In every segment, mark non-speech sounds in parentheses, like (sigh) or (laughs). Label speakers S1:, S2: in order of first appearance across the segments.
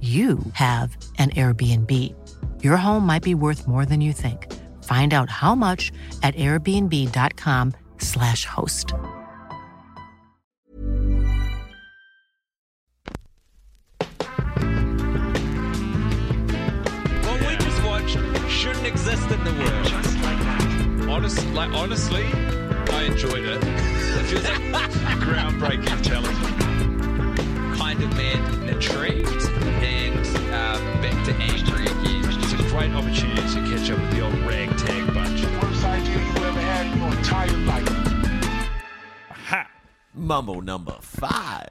S1: you have an Airbnb. Your home might be worth more than you think. Find out how much at airbnb.com/slash host.
S2: What we just watched shouldn't exist in the world. Just like that. Honest, like honestly, I enjoyed it. It feels like
S3: (laughs)
S2: groundbreaking television. Kind of mad and intrigued, and uh, back to angry again.
S3: It's a great opportunity to catch up with the old ragtag bunch.
S4: worst idea you ever had in your entire life.
S5: Mumble number five.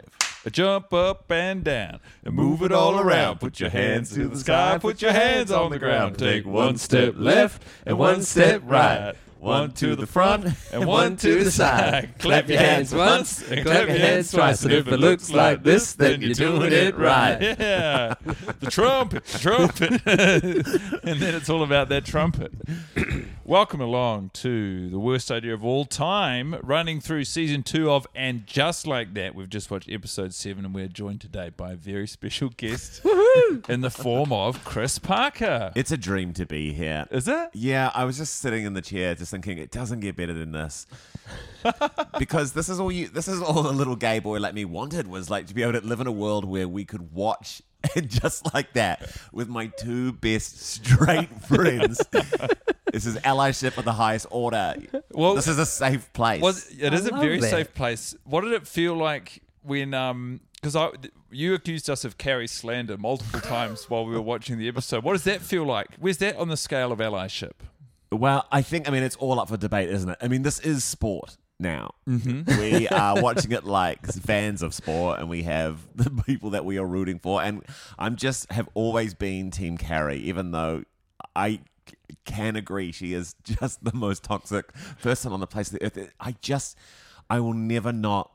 S2: Jump up and down and move it all around. Put your hands to the sky, put your hands on the ground. Take one step left and one step right. One to the front and one to the side. Clap your hands once and clap your hands twice. And if it looks like this, then you're doing it right. (laughs) Yeah. The trumpet, the trumpet. (laughs) and then it's all about that trumpet. (clears throat) Welcome along to the worst idea of all time, running through season two of And Just Like That. We've just watched episode seven, and we're joined today by a very special guest in the form of Chris Parker.
S5: It's a dream to be here.
S2: Is it?
S5: Yeah, I was just sitting in the chair, just thinking it doesn't get better than
S2: (laughs)
S5: this, because this is all you. This is all the little gay boy like me wanted was like to be able to live in a world where we could watch. (laughs) And just like that, with my two best
S2: (laughs)
S5: straight friends, this is allyship of the highest order.
S2: Well-
S5: this is a safe place.
S2: Was it is a
S6: love
S2: very
S6: that.
S2: safe place. What did it feel like when um because I you accused us of Carrie slander multiple times while we were watching the episode. What does that feel like? Where's that on the scale of allyship?
S5: Well, I think I mean it's all up for debate, isn't it? I mean, this is sport now.
S7: (laughs)
S5: Mm-hmm. We are watching it like fans of sport, and we have (laughs) the people that we are rooting for. And I'm just have always been Team Carrie, even though I c- can agree she is (laughs) just the most toxic person on the place of the earth. I just, I will never not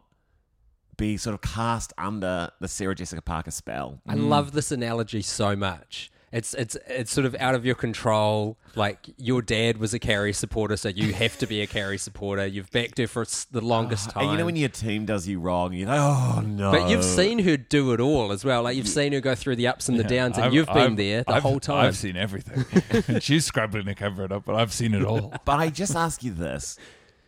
S5: be sort of cast under the Sarah Jessica Parker spell.
S7: I love this analogy so much. It's it's it's sort of out of your control. Like your dad was a carry supporter, so you have to be a carry supporter. You've backed her for s- the longest
S3: Uh,
S7: time.
S5: And you know when your team does you wrong, you're like, oh no.
S7: but you've seen her do it all as well. Like you've seen her go through the ups and the downs, and
S2: I've-
S7: you've been
S2: I've-
S7: there the
S2: I've-
S7: whole time.
S2: I've seen everything. (laughs) She's scrambling to cover it up, but I've seen
S7: (laughs)
S2: it all.
S5: But I just ask you this.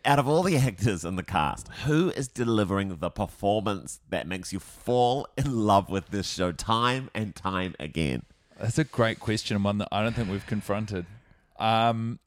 S5: Out of all the actors in the cast, who is delivering the performance that makes you fall in love with this show time and time again?
S2: That's a great question, and one that I don't think we've confronted. Um,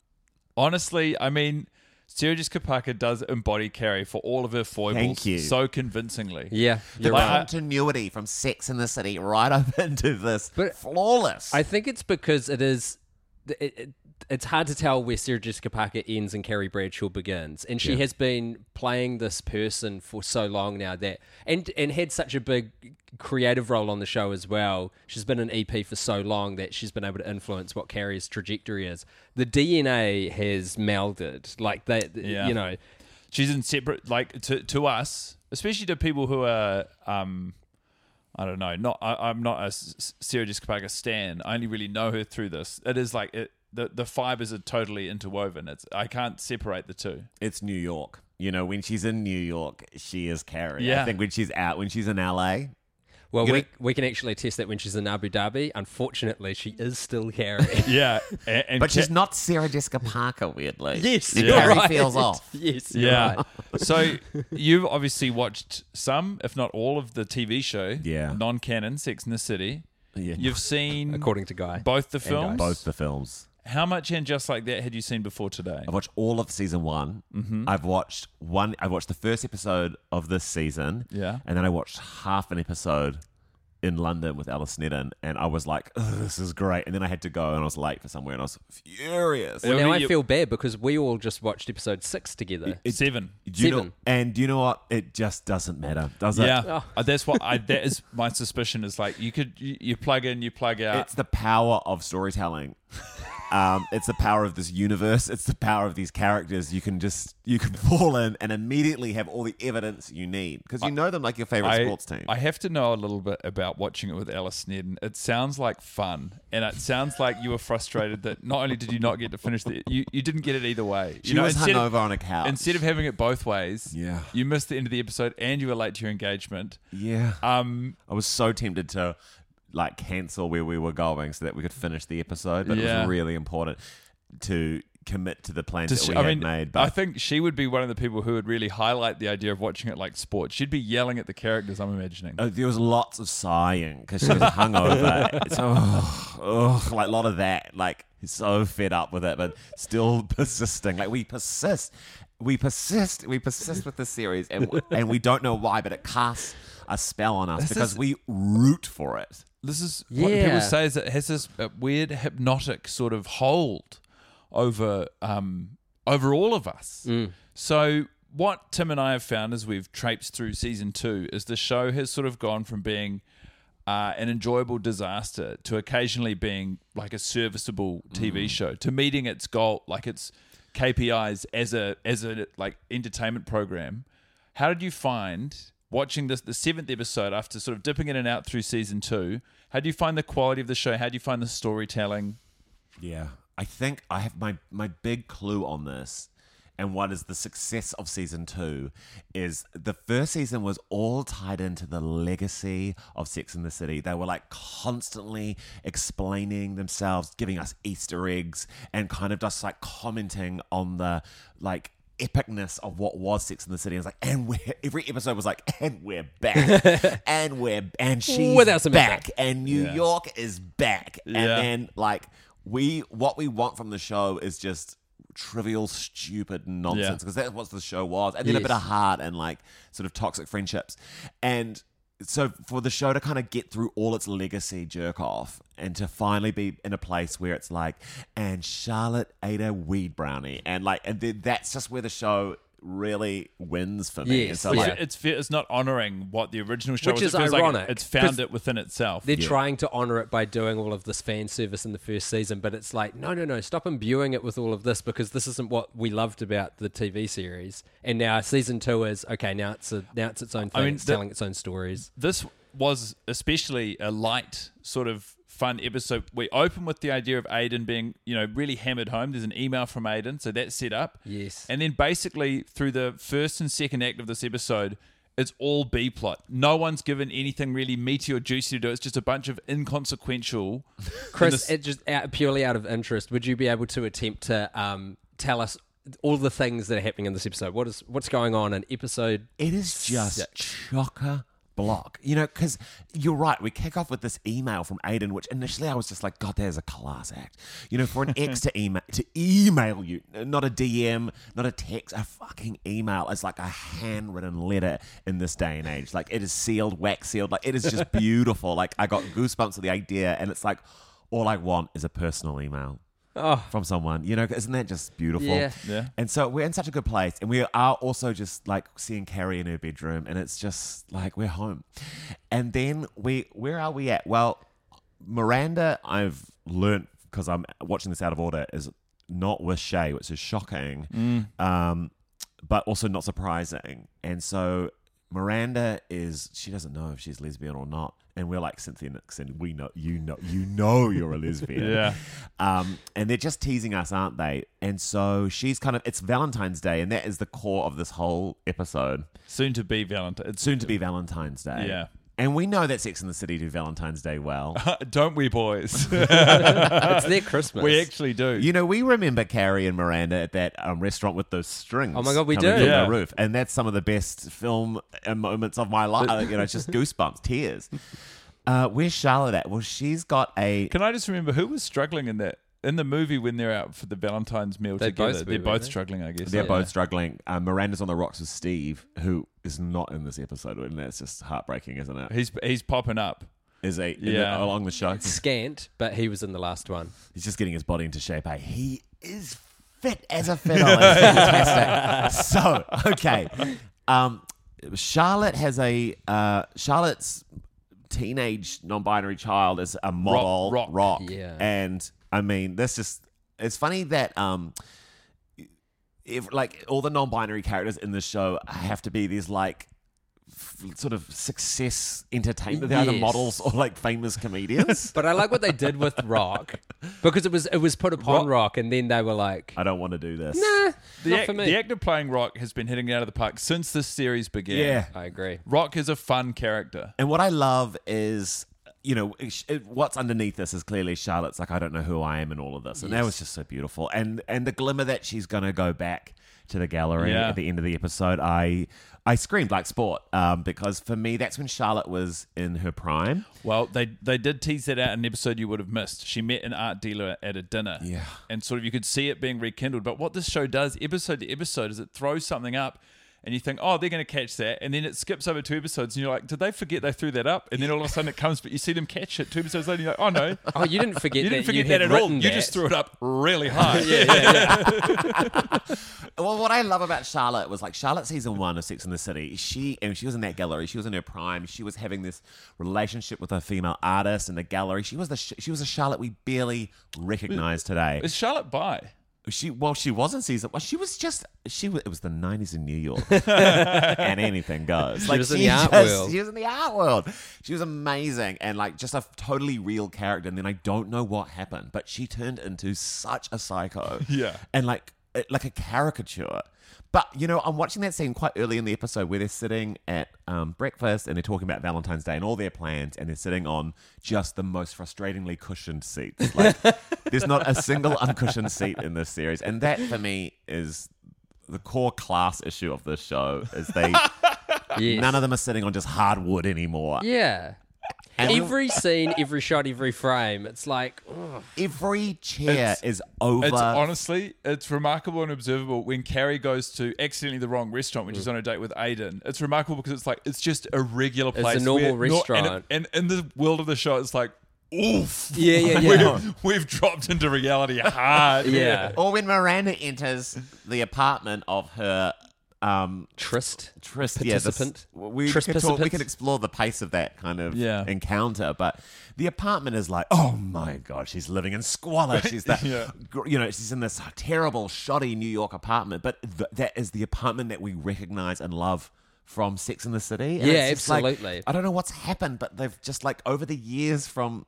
S2: honestly, I mean, Sarah Jessica Parker does embody Carrie for all of her foibles
S5: Thank you.
S2: so convincingly.
S7: yeah,
S5: The
S7: you're right.
S5: continuity from Sex in the City right (laughs) up into this
S7: But-
S5: flawless.
S7: I think it's because it is. It, it, it's hard to tell where Sarah Jessica Parker ends and Carrie Bradshaw begins, and she has been playing this person for so long now that, and and had such a big creative role on the show as well. She's been an EP for so long that she's been able to influence what Carrie's trajectory is. The DNA has melded, like that.
S2: Yeah.
S7: You know,
S2: she's in separate like to to us especially to people who are um I don't know. Not I, I'm not a S- S- Sarah Jessica Parker stan. I only really know her through this. It is like it, the the fibers are totally interwoven. It's I can't separate the two.
S5: it's New York. You know, when she's in New York, she is Carrie.
S2: Yeah.
S5: I think when she's out, when she's in LA,
S7: well,
S5: You
S7: we
S5: know-
S7: we can actually test that when she's in Abu Dhabi. Unfortunately, she is still Carrie.
S2: Yeah, and, and
S5: but she's
S2: Ca-
S5: not Sarah Jessica Parker, weirdly.
S7: yes,
S5: The
S7: you're
S5: Carrie
S7: right. (laughs)
S5: feels off.
S7: Yes, you're
S2: Yeah.
S7: right.
S5: (laughs)
S2: so you've obviously watched some, if not all, of the TV show.
S5: Yeah.
S2: Non-canon Sex in the City.
S5: Yeah.
S2: You've seen
S7: According to Guy.
S2: both the
S7: And Guy.
S2: films.
S5: Both the films.
S2: How much and just like that had you seen before today?
S5: I've watched all of season one. Mm-hmm. I've watched one. I watched the first episode of this season.
S2: Yeah.
S5: and then I watched half an episode in London with Alice Sneddon, and I was like, "Ugh, "This is great." And then I had to go, and I was late for somewhere, and I was furious.
S2: I
S7: Well, now
S2: mean,
S7: I
S2: you-
S7: feel bad because we all just watched episode six together.
S2: Seven.
S5: Do you know-
S7: Seven. Oh,
S5: and do you know what? It just doesn't matter, does
S2: Yeah,
S5: it?
S2: Uh, that's what I. That is my suspicion. Is like you could you, you plug in, you plug out.
S5: It's the power of storytelling. um, it's the power of this universe. It's the power of these characters. You can just you can (laughs) fall in and immediately have all the evidence you need because you know them like your favorite
S2: I,
S5: sports team.
S2: I have to know a little bit about watching it with Alice Sneddon. It sounds like fun, and it sounds like you were frustrated that not only did you not get to finish the, you, you didn't get it either way.
S5: she
S2: you know,
S5: was
S2: instead
S5: hungover
S2: of,
S5: on a couch.
S2: Instead of having it both ways,
S5: Yeah.
S2: you missed the end of the episode, and you were late to your engagement.
S5: yeah,
S2: Um,
S5: I was so tempted to like cancel where we were going so that we could finish the episode, but it
S2: Yeah.
S5: was really important to commit to the plans
S2: Does
S5: that
S2: she-
S5: we
S2: I
S5: had
S2: mean,
S5: made.
S2: I
S5: But
S2: think she would be one of the people who would really highlight the idea of watching it like sports. She'd be yelling at the characters. I'm imagining.
S5: uh, there was lots of sighing because she was
S2: (laughs)
S5: hungover. so, ugh, ugh, like a lot of that, like so fed up with it, but still (laughs) persisting. Like we persist, we persist, we persist with this series, and and we don't know why, but it casts a spell on us because we root for it.
S2: This is what people
S7: Yeah.
S2: say is it has this uh, weird hypnotic sort of hold over um, over all of us. So what Tim and I have found as we've traipsed through season two is the show has sort of gone from being uh, an enjoyable disaster to occasionally being like a serviceable TV show to meeting its goal, like its KPIs as a as a like entertainment program. How did you find watching this the seventh episode after sort of dipping in and out through season two? How do you find the quality of the show? How do you find the storytelling?
S5: Yeah. I think I have my my big clue on this and what is the success of season 2 is the first season was all tied into the legacy of Sex in the City. They were like constantly explaining themselves, giving us easter eggs and kind of just like commenting on the like epicness of what was Sex in the City. It was like, and we're every episode was like, and we're back, and we're and she's
S7: Without Samantha.
S5: back, and New York is back, and
S2: Yeah.
S5: then like we what we want from the show is just trivial, stupid nonsense
S2: Yeah.
S5: because that's what the show was, and then a
S7: Yes.
S5: bit of heart and like sort of toxic friendships, and. So for the show to kind of get through all its legacy jerk off and to finally be in a place where it's like, and Charlotte ate a weed brownie and like, and then that's just where the show really wins for me.
S7: Yes,
S5: And so
S7: yeah.
S5: like,
S2: It's fair, it's not honoring what the original show
S7: Which
S2: was.
S7: is
S2: It feels like
S7: ironic,
S2: it's found
S7: 'cause
S2: it within itself.
S7: They're trying to honor it by doing all of this fan service in the first season, but it's like, no, no, no, stop imbuing it with all of this because this isn't what we loved about the TV series. And now season two is okay. Now it's a now it's its own thing.
S2: mean,
S7: it's
S2: the-
S7: telling its own stories.
S2: this was especially a light sort of fun episode. We open with the idea of Aiden being, you know, really hammered home. There's an email from Aiden, so that's set up.
S7: Yes.
S2: And then basically through the first and second act of this episode, it's all B plot. No one's given anything really meaty or juicy to do. It's just a bunch of inconsequential. (laughs)
S7: Chris, it just out, purely out of interest, would you be able to attempt to um, tell us all the things that are happening in this episode? What is what's going on in episode?
S5: It is just chocker block. You know, because you're right. We kick off with this email from Aiden, which initially I was just like, God, there's a class act. You know, for an ex to email to email you, not a DM, not a text, a fucking email. It's like a handwritten letter in this day and age. Like it is sealed, wax sealed. Like it is just beautiful. like I got goosebumps at the idea, and it's like all I want is a personal email (laughs) from someone. You know, isn't that just beautiful?
S7: Yeah.
S2: Yeah.
S5: And so we're in such a good place, and we are also just like seeing Carrie in her bedroom, and it's just like we're home. And then we, where are we at? Well, Miranda, I've learnt because I'm watching this out of order, is not with Shay, which is shocking, um, but also not surprising. And so Miranda is she doesn't know if she's lesbian or not, and we're like Cynthia Nixon, we know you know you know you're a lesbian,
S2: Yeah.
S5: um, and they're just teasing us, aren't they? And so she's kind of it's Valentine's Day, and that is the core of this whole episode.
S2: Soon to be Valentine. It's
S5: Soon to be Valentine's Day.
S2: Yeah.
S5: And we know that Sex in the City do Valentine's Day well.
S2: (laughs) Don't we, boys?
S7: (laughs) It's their Christmas.
S2: (laughs) we actually do.
S5: you know, we remember Carrie and Miranda at that um, restaurant with those strings.
S7: Oh my God, we
S5: coming
S7: do.
S5: From
S2: Yeah.
S5: the roof, and
S7: (laughs)
S5: that's some of the best film uh, moments of my life. you know, it's just goosebumps, tears. Uh, where's Charlotte at? Well, she's got a.
S2: Can I just remember who was struggling in that in the movie when they're out for the Valentine's meal
S7: They
S2: together?
S7: both were,
S2: they're both
S7: weren't they?
S2: struggling, I guess.
S5: They're
S2: Yeah.
S5: both struggling. Uh, Miranda's on the rocks with Steve, who is not in this episode, and that's just heartbreaking, isn't it?
S2: He's he's popping up.
S5: Is a
S2: Yeah.
S5: along
S7: (laughs)
S5: the show.
S7: Scant, but he was in the last one.
S5: He's just getting his body into shape. eh? He is fit as a fiddle. It's fantastic. so okay, um, Charlotte has a uh, Charlotte's teenage non-binary child is a model
S2: rock.
S7: Yeah.
S5: and I mean that's just it's funny that um. If, like all the non-binary characters in the show have to be these like f- sort of success entertainment they're either
S7: Yes.
S5: models or like
S7: (laughs)
S5: famous comedians
S7: But I like what they did with Rock (laughs) because it was it was put upon Rock, and then they were like,
S5: i don't want to do this
S7: nah,
S2: The,
S7: not
S2: act-
S7: for me.
S2: the actor playing Rock has been hitting it out of the park since this series began.
S5: yeah
S7: I agree.
S2: Rock is a fun character.
S5: And what I love is, you know, it- it- what's underneath this is clearly Charlotte's like, I don't know who I am in all of this, and that was just so beautiful. And and the glimmer that she's gonna go back to the gallery
S2: Yeah.
S5: at the end of the episode, I I screamed like sport um, because for me that's when Charlotte was in her prime.
S2: Well, they they did tease that out in an episode you would have missed. She met an art dealer at a dinner.
S5: Yeah.
S2: And sort of you could see it being rekindled. But what this show does, episode to episode, is it throws something up and you think, oh, they're going to catch that. And then it skips over two episodes and you're like, did they forget they threw that up? And then all of a sudden it comes, but you see them catch it two episodes later and you're like, oh, no.
S7: Oh, you didn't (laughs) forget.
S2: (laughs) You didn't
S7: that you
S2: forget that
S7: had
S2: at all.
S7: written
S2: You
S7: that.
S2: just threw it up really
S7: (laughs)
S2: high.
S5: Well, what I love about Charlotte was like Charlotte season one of Sex in the City. She and she was in that gallery. She was in her prime. She was having this relationship with a female artist in the gallery. She was the sh- she was a Charlotte we barely recognize today.
S2: Is Charlotte by?
S5: She well, she wasn't season. Well, she was just she. Was, it was the nineties in New York, and anything goes. She
S7: was in the art world.
S5: She was in the art world. She was amazing and like just a totally real character. And then I don't know what happened, but she turned into such a psycho.
S2: Yeah.
S5: and like it- like a caricature. But you know, I'm watching that scene quite early in the episode where they're sitting at um, breakfast and they're talking about Valentine's Day and all their plans, and they're sitting on just the most frustratingly cushioned seats. Like, there's not a single uncushioned seat in this series, and that for me is the core class issue of this show. Is they
S7: Yes.
S5: none of them are sitting on just hardwood anymore.
S7: Yeah.
S5: And
S7: every scene, every shot, every frame. It's like oh,
S5: every chair
S2: It's-
S5: is over.
S2: It's honestly, it's remarkable and observable when Carrie goes to accidentally the wrong restaurant when she's
S7: Mm.
S2: on a date with Aiden. It's remarkable because it's like it's just a regular
S7: a
S2: place.
S7: normal
S2: where nor- and-
S7: restaurant.
S2: and, in the world of the show, it's like, oof,
S7: yeah, (laughs) yeah,
S2: we've, (laughs) we've dropped into reality
S7: (laughs)
S2: hard.
S7: yeah.
S5: or when Miranda enters the apartment of her um,
S7: Trist.
S5: Tris, yeah, this-
S7: Participant?
S5: we,
S7: Tris
S5: can talk, we
S7: participant?
S5: can explore the pace of that kind of
S2: Yeah.
S5: encounter, but the apartment is like, oh my god, she's living in squalor. She's
S7: (laughs)
S5: that,
S2: Yeah.
S5: gr- you know, she's in this terrible, shoddy New York apartment, but th- that is the apartment that we recognize and love from Sex in the City. And
S7: Yeah,
S5: it's just like,
S7: absolutely.
S5: I don't know what's happened, but they've just like over the years from.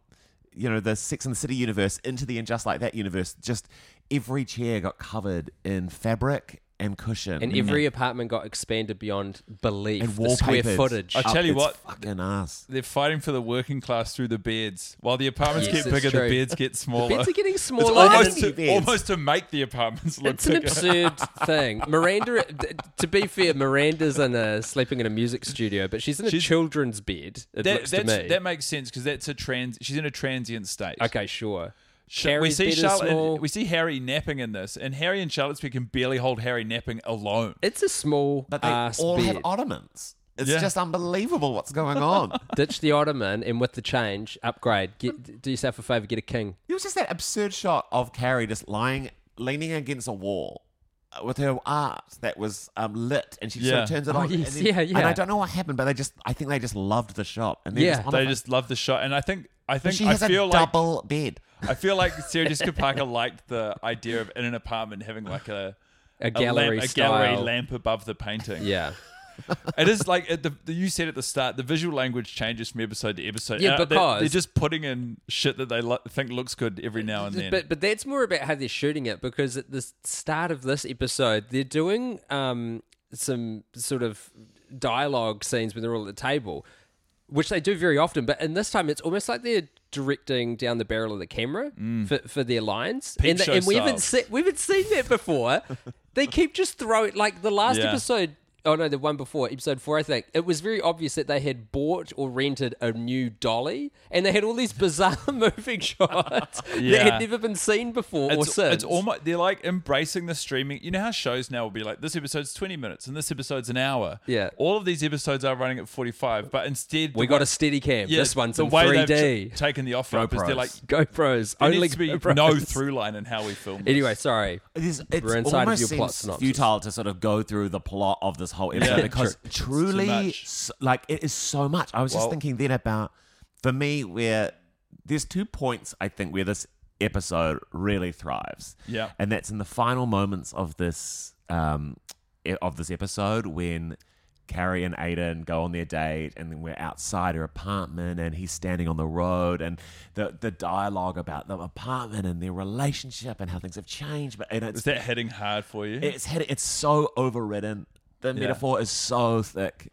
S5: You know the Sex and the City universe into the and just like that universe. Just every chair got covered in fabric and cushion,
S7: And every apartment got expanded beyond belief.
S5: And
S7: the square
S5: wallpapers.
S7: footage.
S2: I tell you
S5: it's
S2: (laughs) what,
S5: fucking ass.
S2: They're fighting for the working class through the beds. While the apartments
S7: Yes,
S2: get
S7: it's
S2: bigger,
S7: true.
S2: the beds get smaller.
S7: beds are getting smaller.
S2: It's
S7: Why
S2: almost,
S5: didn't
S2: to,
S5: you-
S2: almost to make the apartments
S7: (laughs)
S2: look
S7: It's an
S2: bigger.
S7: absurd thing. Miranda, th- to be fair, Miranda's in a sleeping in a music studio, but she's in a
S2: She's-
S7: children's bed. It
S2: That,
S7: looks to
S2: that's-
S7: me.
S2: that makes sense because that's a trans. She's in a transient state.
S7: okay, sure.
S2: Sh-
S7: Carrie's bed is
S2: Charlotte.
S7: small.
S2: we see Harry napping in this, and Harry and Charlotte's bed can barely hold Harry napping alone.
S7: It's a small
S5: But they
S7: ass
S5: all
S7: bed.
S5: have ottomans. It's
S2: Yeah.
S5: just unbelievable what's going
S2: (laughs)
S5: on.
S7: Ditch the ottoman, and with the change, upgrade. Get, do yourself a favor, get a king.
S5: it was just that absurd shot of Carrie just lying, leaning against a wall uh, with her art that was um, lit, and she sort
S2: Yeah.
S5: of turns it
S7: Oh,
S5: on.
S7: yes,
S5: and
S7: yeah,
S5: And
S7: yeah.
S5: I don't know what happened, but they just, I think they just loved the shot. And
S7: Yeah.
S5: yeah, just on
S2: They
S5: a-
S2: just love the shot, and I think I
S5: and
S2: think
S5: she
S2: I
S5: has a
S2: feel like
S5: double bed.
S2: I feel like
S7: (laughs)
S2: Sarah Jessica Parker liked the idea of in an apartment having like a
S7: A gallery
S2: lamp, a
S7: style.
S2: gallery lamp above the painting.
S7: Yeah.
S2: it is like at the, the you said at the start, the visual language changes from episode to episode.
S7: Yeah,
S2: Uh, they-
S7: because-
S2: they're just putting in shit that they lo- think looks good every now and then.
S7: But but that's more about how they're shooting it because at the s- start of this episode they're doing um, some sort of dialogue scenes when they're all at the table, which they do very often. But in this time it's almost like they're directing down the barrel of the camera for, for their lines,
S2: Mm. Peep
S7: and,
S2: show
S7: and we haven't
S2: style. (laughs)
S7: se- we haven't seen that before. they keep just throwing like the last
S2: Yeah.
S7: episode. Oh no, the one before episode four, I think it was very obvious that they had bought or rented a new dolly, and they had all these bizarre (laughs) moving shots (laughs) that
S2: Yeah.
S7: had never been seen before or
S2: It's,
S7: since.
S2: it's almost they're like embracing the streaming. You know how shows now will be like this episode's twenty minutes and this episode's an hour.
S7: Yeah.
S2: all of these episodes are running at forty five, but instead
S7: we
S2: the
S7: got
S2: way-
S7: a steady cam.
S2: Yeah,
S7: this one's
S2: the
S7: in
S2: way
S7: three
S2: they've
S7: D.
S2: t-
S7: (laughs)
S2: taken the offer up is they're like
S7: GoPros
S2: there
S7: only
S2: needs to be
S7: GoPros.
S2: no through line in how we film. this.
S7: Anyway, sorry.
S5: It's, it's
S7: We're inside of
S5: almost
S7: your plot
S5: seems
S7: synopsis.
S5: futile to sort of go through the plot of this whole episode
S2: Yeah.
S5: because
S2: True. It's too
S5: truly,
S2: much.
S5: s- like, it is so much. I was
S2: Well-
S5: just thinking then about, for me, where there's two points I think where this episode really thrives.
S2: Yeah.
S5: and that's in the final moments of this um e- of this episode when. Carrie and Aiden go on their date, and then we're outside her apartment, and he's standing on the road, and the the dialogue about the apartment and their relationship and how things have changed. But and it's
S2: is that hitting hard for you?
S5: it's head, it's so overridden. The metaphor is so thick,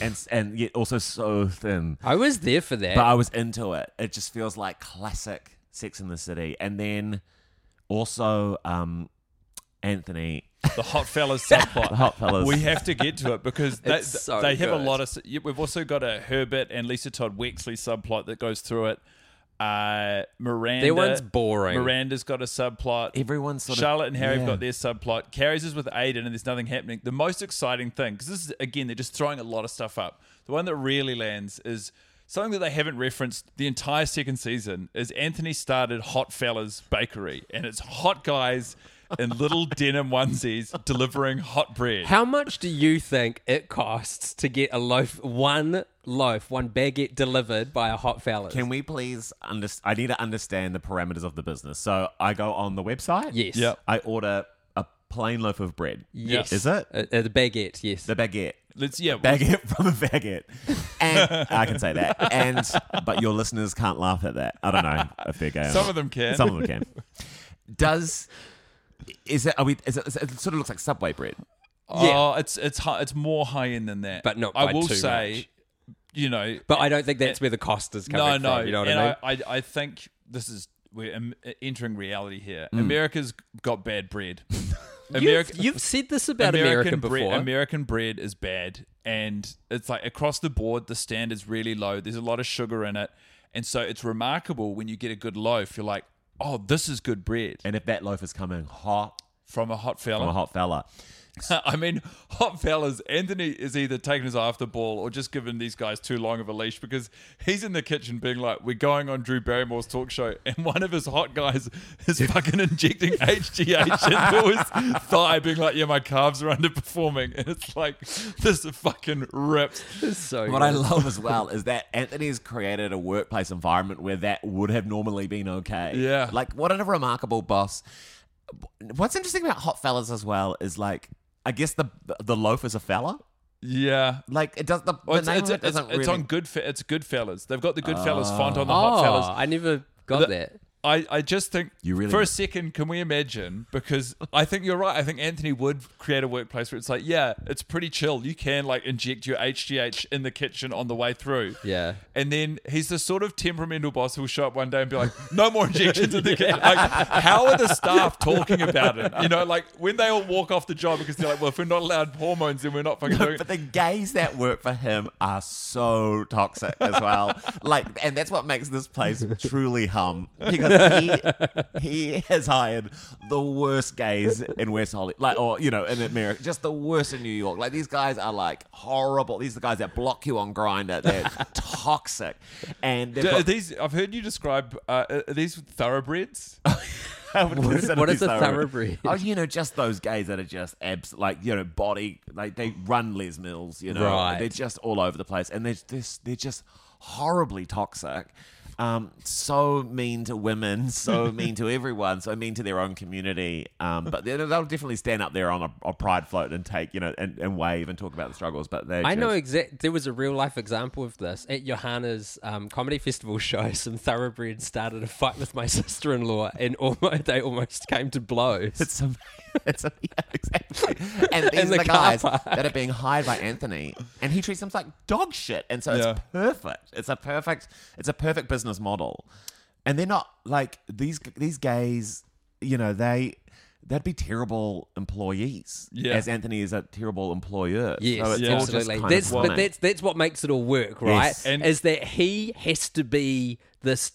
S5: and s- and yet also so thin.
S7: I was there for that.
S5: But I was into it. It just feels like classic Sex in the City, and then also um, Anthony.
S2: the hot fellas
S7: (laughs)
S2: subplot.
S5: hot fellas.
S2: We have to get to it because they,
S7: It's so
S2: they have a
S7: good.
S2: lot of. yeah, We've also got a Herbert and Lisa Todd Wexley subplot that goes through it. Uh, Miranda.
S7: Their one's boring.
S2: Miranda's got a subplot.
S5: Everyone's sort of-
S2: Charlotte and Harry have
S5: yeah.
S2: got their subplot. Carrie's is with Aiden, and there's nothing happening. The most exciting thing, because this is again, they're just throwing a lot of stuff up. The one that really lands is. Something that they haven't referenced the entire second season is Anthony started Hot Fellas Bakery, and it's hot guys
S7: (laughs)
S2: in little denim onesies delivering hot bread.
S7: How much do you think it costs to get a loaf, one loaf, one baguette delivered by a hot fella?
S5: (laughs) Can we please understand? I need to understand the parameters of the business. So I go on the website.
S7: Yes.
S2: Yep.
S5: I order a plain loaf of bread.
S7: Yes.
S5: Is it
S7: Uh, uh, the baguette, yes.
S5: the baguette?
S2: Let's yeah.
S5: baguette from a baguette.
S2: (laughs)
S5: And I can say that. And but your listeners can't laugh at that. I don't know if they're gay. or
S2: Some
S5: not.
S2: of them can.
S5: Some of them can. Does is it? Are we? Is it, is it, it sort of looks like Subway bread.
S2: Oh, it's it's hi- it's more high end than that.
S7: But not
S2: I
S7: by
S2: will
S7: too
S2: say, you know,
S7: but I don't think that's where the cost is coming
S2: no, no.
S7: from. You know what
S2: and
S7: I mean?
S2: I, I think this is we're em- entering reality here.
S7: Mm.
S2: America's got
S7: (laughs)
S2: bad bread. America,
S7: you've, you've said this about America
S2: bread,
S7: before.
S2: American bread is bad, and it's like across the board the standard's really low. There's a lot of sugar in it, and so it's remarkable when you get a good loaf. You're like, oh, this is good bread
S5: And if that loaf is coming hot
S2: from a hot fella.
S5: from a hot fella,
S2: (laughs) I mean, hot fellas, Anthony is either taking his eye off the ball or just giving these guys too long of a leash because he's in the kitchen being like, We're going on Drew Barrymore's talk show, (laughs) and one of his hot guys is fucking injecting HGH into his thigh, being like, Yeah, my calves are underperforming. (laughs) And it's like, This fucking rips.
S7: so
S5: what I love as well is that Anthony's created a workplace environment where that would have normally been okay.
S2: Yeah.
S5: Like, what a remarkable boss. What's interesting about hot fellas as well is like, I guess the the loaf is a fella.
S2: Yeah.
S5: Like it does the, the
S2: Well, it's,
S5: name
S2: it's,
S5: of it
S2: it's,
S5: doesn't
S2: it's
S5: really.
S2: on good. It's Goodfellas. They've got the Goodfellas font on the hot fellas.
S7: oh, I never got
S2: The-
S7: that.
S2: I, I just think
S5: You really-
S2: for a second, can we imagine? Because I think you're right. I think Anthony would create a workplace where it's like, yeah, it's pretty chill. You can like inject your HGH in the kitchen on the way through.
S7: Yeah.
S2: And then he's the sort of temperamental boss who will show up one day and be like, no more
S5: (laughs)
S2: injections in the kitchen. Like, how are the staff talking about it? You know, like when they all walk off the job because they're like, well, if we're not allowed hormones, then we're not fucking doing
S5: (laughs)
S2: it.
S5: but the gays that work for him are so toxic as
S2: (laughs)
S5: well. like, and that's what makes this place truly hum
S2: (laughs)
S5: because he he has hired the worst gays in West Hollywood, like, or you know, in America, just the worst in New York. Like, these guys are like horrible. These are the guys that block you on Grinder.
S2: (laughs)
S5: They're toxic, and they've
S2: D- are
S5: got,
S2: these, I've heard you describe, uh, are these thoroughbreds?
S5: (laughs) what is,
S7: what is a thoroughbred?
S5: Oh, you know, just those gays that are just abs, like you know, body, like they run Les Mills, you know,
S7: Right.
S5: they're just all over the place, and they're just they're just horribly toxic. Um, so mean to women, (laughs) so mean to everyone, so mean to their own community. Um, but they- they'll definitely stand up there on a, a pride float and take, you know, and, and wave and talk about the struggles. But they,
S7: I know exact. There was a real life example of this at Johanna's um, comedy festival show. (laughs) Some thoroughbred started a fight with my (laughs) sister in law, and almost they almost came to blows.
S5: It's oh, (laughs) amazing. It's am- yeah, exactly.
S2: (laughs)
S5: And these
S7: In
S5: are
S7: the car
S5: the guys
S7: park.
S5: that are being hired by Anthony, and he treats them like dog shit. And so
S2: Yeah.
S5: it's perfect. It's a perfect. It's a perfect business model. And they're not like these. These gays, you know, they that'd be terrible employees.
S2: Yeah.
S5: As Anthony is a terrible employer.
S7: Yes,
S5: So it's all just
S7: absolutely.
S5: kind of
S7: That's, but
S5: fine.
S7: that's that's what makes it all work, right?
S5: Yes.
S2: And-
S7: is that he has to be this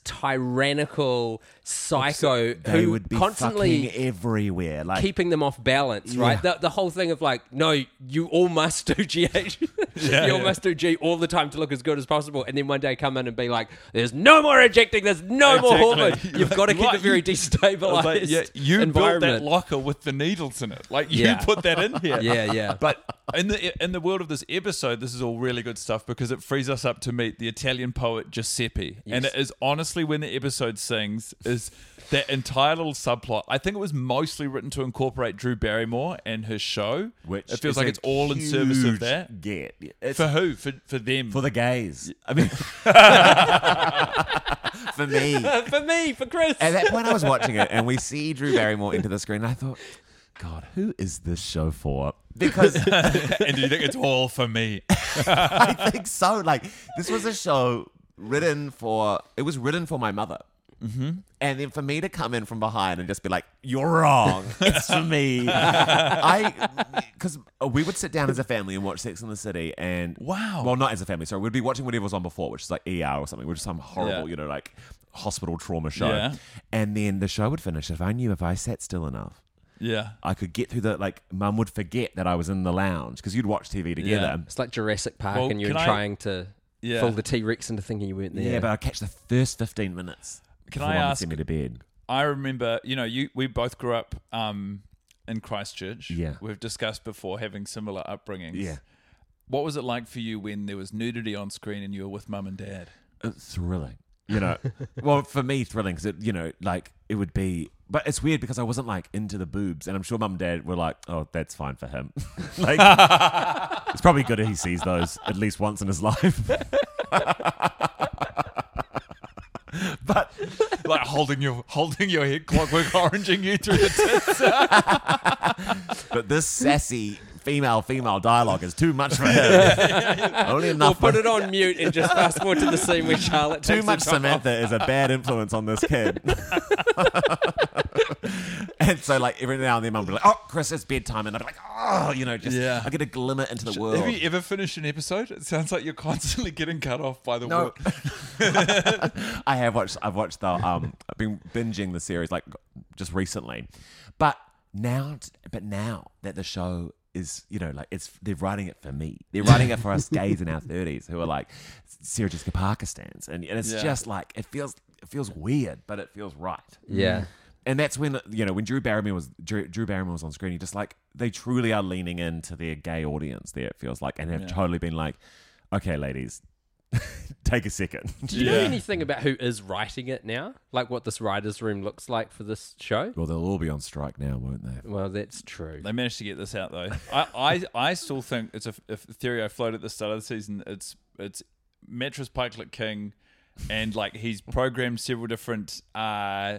S7: tyrannical psycho
S5: they
S7: who
S5: would be
S7: constantly
S5: fucking everywhere. Like
S7: keeping them off balance, right?
S5: Yeah.
S7: The, the whole thing of like, no, you all must do (laughs) GH. you all must do G all the time to look as good as possible. And then one day come in and be like, there's no more ejecting, there's no more
S2: Exactly.
S7: hormone. You've got to keep
S2: What?
S7: it very
S2: I was
S7: destabilized.
S2: like, yeah, you built that
S7: environment.
S2: locker with the needles in it. Like you
S7: Yeah.
S2: put
S7: (laughs)
S2: that in here.
S7: Yeah, yeah.
S2: But in the in the world of this episode, this is all really good stuff because it frees us up to meet the Italian poet Giuseppe, and it is honestly when the episode sings is that entire little subplot. I think it was mostly written to incorporate Drew Barrymore and her show.
S5: which
S2: it feels
S5: is
S2: like
S5: a
S2: it's all in service of
S5: huge
S2: that.
S5: Get It's-
S2: For who? For for them?
S5: for the gays. I (laughs) mean, for me.
S7: (laughs) for me, for Chris.
S5: At that point, I was watching it, and we see Drew Barrymore into the screen. And I thought, God, who is this show for? (laughs) Because
S2: (laughs) and do you think it's all for me?
S5: I think so. Like this was a show written for. It was written for my mother. Mm-hmm. And then for me to come in from behind and just be like, "You're wrong. (laughs) It's for me." (laughs) I because we would sit down as a family and watch Sex in the City, and
S2: Wow.
S5: well, not as a family. Sorry, we'd be watching whatever was on before, which is like ER or something, which is some horrible,
S2: Yeah.
S5: you know, like hospital trauma show.
S2: Yeah.
S5: And then the show would finish. If I knew, if I sat still enough,
S2: Yeah.
S5: I could get through the like. Mum would forget that I was in the lounge because you'd watch TV together.
S7: It's like Jurassic Park,
S2: Well,
S7: and you're
S2: can I-
S7: trying to
S2: Yeah.
S7: fool the T Rex into thinking you weren't there.
S5: Yeah, but I'll catch the first 15 minutes.
S2: Can
S5: before
S2: I
S5: Mum would
S2: ask-
S5: Send me to bed.
S2: I remember, you know, you we both grew up um, in Christchurch.
S5: Yeah.
S2: we've discussed before having similar upbringings.
S5: Yeah.
S2: what was it like for you when there was nudity on screen and you were with mum and dad?
S5: It's (laughs) thrilling. You know, well, for me, thrilling because, you know, like it would be. But it's weird because I wasn't like into the boobs, and I'm sure mum and dad were like, "Oh, that's fine for him." (laughs)
S2: (laughs)
S5: like, it's probably good if he sees those at least once in his life. but
S2: like holding your holding your head clockwork (laughs) oranging you through the tits.
S5: but this sassy female female dialogue is too much (laughs) for
S2: (laughs)
S5: him. Only
S7: We'll
S5: enough.
S7: put
S5: for-
S7: it on mute and just fast forward to the scene where Charlotte
S5: too
S7: takes
S5: much
S7: her top off.
S5: Samantha is a bad influence on this kid. (laughs) and so, like every now and then, Mum would be like, "Oh, Chris, it's bedtime," and I'd be like, "Oh, you know, just
S2: Yeah.
S5: I get a glimmer into the world."
S2: Have you ever finished an episode? It sounds like you're constantly getting cut off by the
S5: no,
S2: world.
S5: (laughs) I have watched. I've watched the. Um, I've been binging the series like just recently, but now, but now that the show is, you know, like it's they're writing it for me. They're writing it for us gays in our thirties who are like Sarah Jessica Parker stands, and, and it's
S2: Yeah.
S5: just like it feels. It feels weird, but it feels right. Mm.
S7: Yeah.
S5: and that's when you know when Drew Barrymore was Drew, Drew Barrymore was on screen. You just like they truly are leaning into their gay audience there. It feels like, and have totally been like, okay, ladies, (laughs) take a second.
S7: Do you know
S2: Yeah.
S7: anything about who is writing it now? Like what this writer's room looks like for this show?
S5: well, they'll all be on strike now, won't they?
S7: Well, that's true.
S2: They managed to get this out though. I, I, I still think it's a, a theory I floated at the start of the season. It's it's Mattress Pikelet King, and like he's programmed several different uh,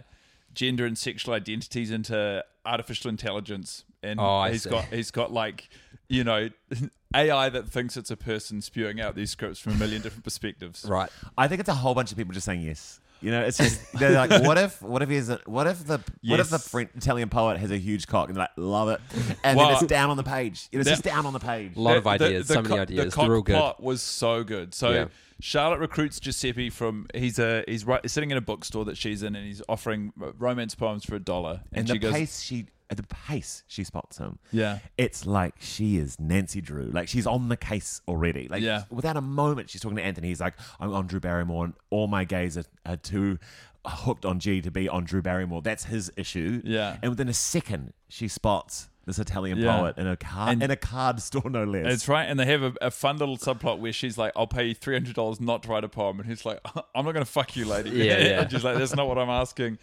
S2: gender and sexual identities into artificial intelligence, and
S7: Oh, I
S2: he's
S7: see.
S2: got he's got like you know (laughs) AI that thinks it's a person spewing out these scripts from a million different perspectives.
S7: Right.
S5: I think it's a whole bunch of people just saying yes. You know, it's just they're like, (laughs) what if, what if he's, a, what if the, what if the
S2: Yes.
S5: French, Italian poet has a huge cock and they're like, love it, and
S2: Well,
S5: then it's down on the page. It's just
S2: that-
S5: down on the page.
S7: A lot of
S2: The- the-
S7: ideas,
S2: the
S7: so many
S2: co-
S7: ideas.
S2: The
S7: They're all
S2: cock
S7: good.
S2: plot was so good. So
S7: Yeah.
S2: Charlotte recruits Giuseppe from he's a he's right, sitting in a bookstore that she's in, and he's offering romance poems for a dollar,
S5: and
S2: and,
S5: the
S2: she goes,
S5: pace she at the pace she spots him
S2: Yeah.
S5: it's like she is nancy drew like she's on the case already like
S2: Yeah.
S5: without a moment she's talking to anthony he's like i'm on drew barrymore and all my gays are, are too hooked on g to be on drew barrymore that's his issue
S2: Yeah.
S5: and within a second she spots this italian
S2: Yeah.
S5: poet in a card
S2: And-
S5: in a card store no less
S2: That's right, and they have a, a fun little subplot where she's like, "I'll pay you three hundred dollars not to write a poem," and he's like, (laughs) "I'm not going to fuck you, lady." (laughs)
S7: Yeah, yeah.
S2: And she's like, "That's not what I'm asking."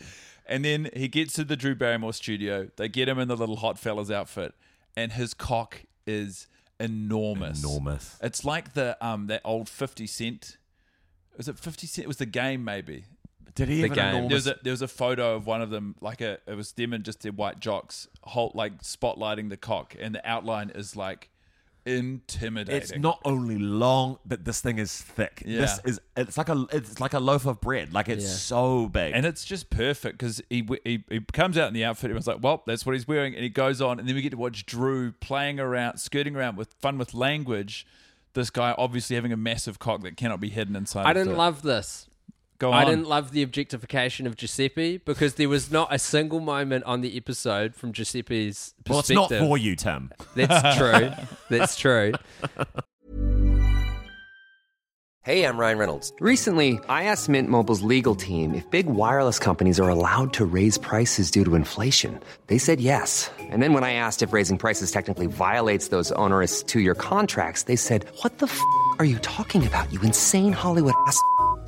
S2: And then he gets to the Drew Barrymore studio. They get him in the little hot fella's outfit, and his cock is enormous.
S5: Enormous.
S2: It's like the um that old Fifty Cent. Was it Fifty Cent? It was the game maybe.
S5: did he have an
S7: game.
S2: There
S5: enormous
S2: was a there was a photo of one of them, like a it was them and just their white jocks, whole, like spotlighting the cock, and the outline is like intimidating.
S5: It's not only long, but this thing is thick.
S2: Yeah.
S5: This is it's like a it's like a loaf of bread. Like it's
S7: Yeah.
S5: so big.
S2: And it's just perfect because he, he he comes out in the outfit. Everyone's like, "Well, that's what he's wearing," and he goes on, and then we get to watch Drew playing around, skirting around with fun with language. This guy obviously having a massive cock that cannot be hidden inside.
S7: I
S2: of
S7: didn't
S2: the-
S7: love this.
S2: Go on.
S7: I didn't love the objectification of Giuseppe because there was not a single moment on the episode from Giuseppe's perspective.
S5: well, it's not for you, Tim. (laughs)
S7: That's true. That's true.
S6: Hey, I'm Ryan Reynolds. Recently, I asked Mint Mobile's legal team if big wireless companies are allowed to raise prices due to inflation. They said yes. And then when I asked if raising prices technically violates those onerous two year contracts, they said, What the f are you talking about, you insane Hollywood ass? f- a-"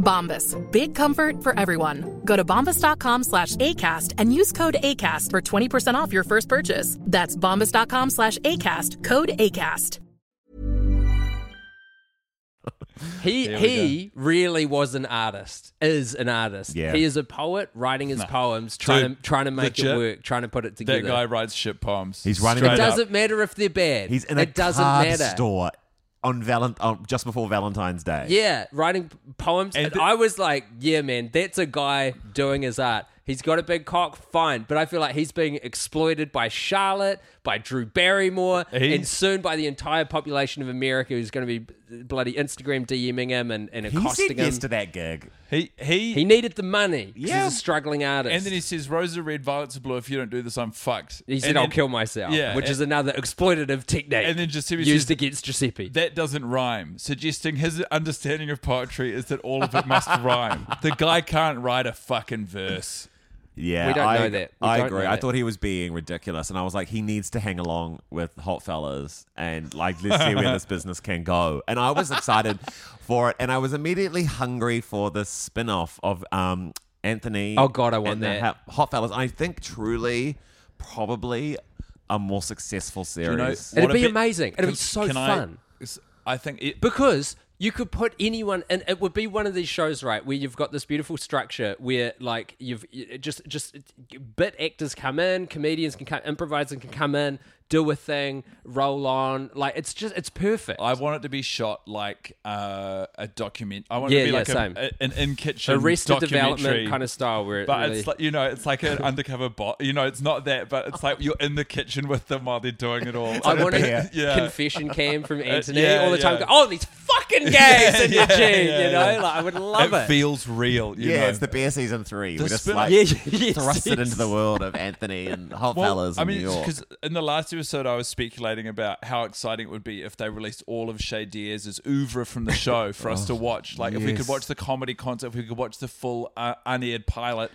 S1: Bombas. Big comfort for everyone. Go to bombas.com slash ACAST and use code ACAST for 20% off your first purchase. That's bombas.com slash ACAST. Code ACAST.
S7: He
S2: There we
S7: he really was an artist. Is an artist.
S5: Yeah.
S7: He is a poet writing his poems, trying
S2: Dude,
S7: to, trying to make
S2: legit,
S7: it work, trying to put it together.
S2: That guy writes shit poems.
S5: He's running
S2: Straight
S7: it
S5: Right
S2: up.
S7: doesn't matter if they're bad.
S5: He's in a
S7: it doesn't
S5: card
S7: matter.
S5: store on Valent- on, just before Valentine's Day.
S7: Yeah, writing poems.
S2: And
S7: And,
S2: th-
S7: I was like, yeah, man, that's a guy doing his art. He's got a big cock, fine. But I feel like he's being exploited by Charlotte, by Drew Barrymore,
S2: He-
S7: and soon by the entire population of America who's going to be bloody Instagram DMing him and, and
S5: He said
S7: accosting him.
S5: yes to that gig.
S2: He he.
S7: He needed the money. 'cause
S5: Yeah.
S7: He's a struggling artist.
S2: and then he says, "Roses are red, violets are blue. If you don't do this, I'm fucked."
S7: He said,
S2: And
S7: I'll
S2: then-
S7: kill myself,
S2: Yeah,
S7: which
S2: and-
S7: is another exploitative technique
S2: And then Giuseppe
S7: used
S2: says-
S7: against Giuseppe.
S2: That doesn't rhyme, suggesting his understanding of poetry is that all of
S7: (laughs)
S2: it must rhyme. The guy can't write a fucking verse.
S5: Yeah,
S7: We don't
S5: I,
S7: know that. We
S5: I
S7: don't
S5: agree.
S7: know
S5: I
S7: that.
S5: thought he was being ridiculous, and I was like, he needs to hang along with hot fellas, and like, let's see where
S7: (laughs)
S5: this business can go. And I was excited for it, and I was immediately hungry for the spin off of um, Anthony.
S7: Oh, God, I want
S5: and the
S7: that.
S5: Hot- hot fellas. I think truly, probably a more successful
S2: You know,
S5: series.
S7: It'd
S2: what a
S7: be
S2: bit-
S7: amazing. It'd be so
S2: I-
S7: fun.
S2: s- I think it,
S7: because you could put anyone and it would be one of these shows right where you've got this beautiful structure where like you've you- just just bit actors come in comedians can come improvisers can come in do a thing roll on like it's just it's perfect
S2: I want it to be shot like uh, a document. I want it
S7: Yeah,
S2: to be
S7: yeah,
S2: like a-
S7: same.
S2: a- an in kitchen
S7: arrested
S2: documentary.
S7: development kind of style where it
S2: But
S7: really-
S2: it's like you know, it's
S7: (laughs)
S2: like an undercover bot. You know, it's not that, but it's like you're in the kitchen with them while they're doing it all.
S7: I want
S2: Yeah.
S7: a
S2: Yeah. Uh,
S7: confession cam
S2: (laughs)
S7: from Anthony
S2: yeah,
S7: all the time.
S2: yeah.
S7: go, Oh, these fucking gays in
S2: (laughs) yeah,
S7: Eugene,
S2: yeah,
S7: you know?
S2: yeah.
S7: Like, I would love it.
S2: feels real. You
S5: yeah,
S2: know?
S5: it's the bear season three. We just
S2: spin-
S5: like
S7: Yeah,
S5: (laughs)
S7: yeah, yes,
S5: thrust it
S7: yes.
S5: into the world of Anthony and hot fellas
S2: I
S5: in
S2: mean,
S5: New York.
S2: because in the last episode, I was speculating about how exciting it would be if they released all of Shay Diaz's oeuvre from the show for us to watch. Like, if we could
S5: Oh, yes.
S2: watch the comedy concert, if we could watch the full uh, unaired pilot.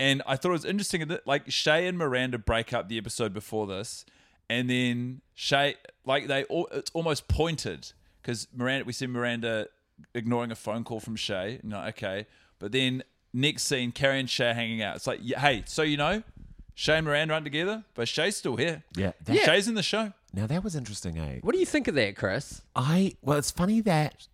S2: And I thought it was interesting that, like, Shay and Miranda break up the episode before this, and then Shay, like, they all, it's almost pointed because Miranda, we see Miranda ignoring a phone call from Shay. No, okay. But then next scene, Carrie and Shay hanging out. It's like, yeah, hey, so you know, Shay and Miranda aren't together, but Shay's still here.
S5: Yeah, that-
S2: yeah. Shay's in the show.
S5: Now that was interesting, eh?
S7: What do you think of that, Chris?
S5: I well, it's funny that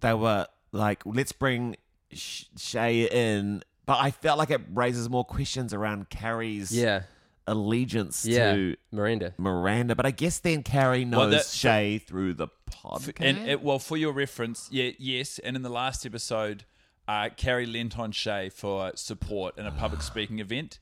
S5: they were like, let's bring Sh- Shay in, but but I felt like it raises more questions around Carrie's
S7: Yeah.
S5: allegiance
S7: Yeah,
S5: to
S7: Miranda.
S5: Miranda, but I guess then Carrie knows
S2: Well, that-
S5: Shay through the podcast.
S2: And it, well, for your reference, yeah, yes. And in the last episode, uh, Carrie lent on Shay for support in a
S5: Ah.
S2: public speaking event.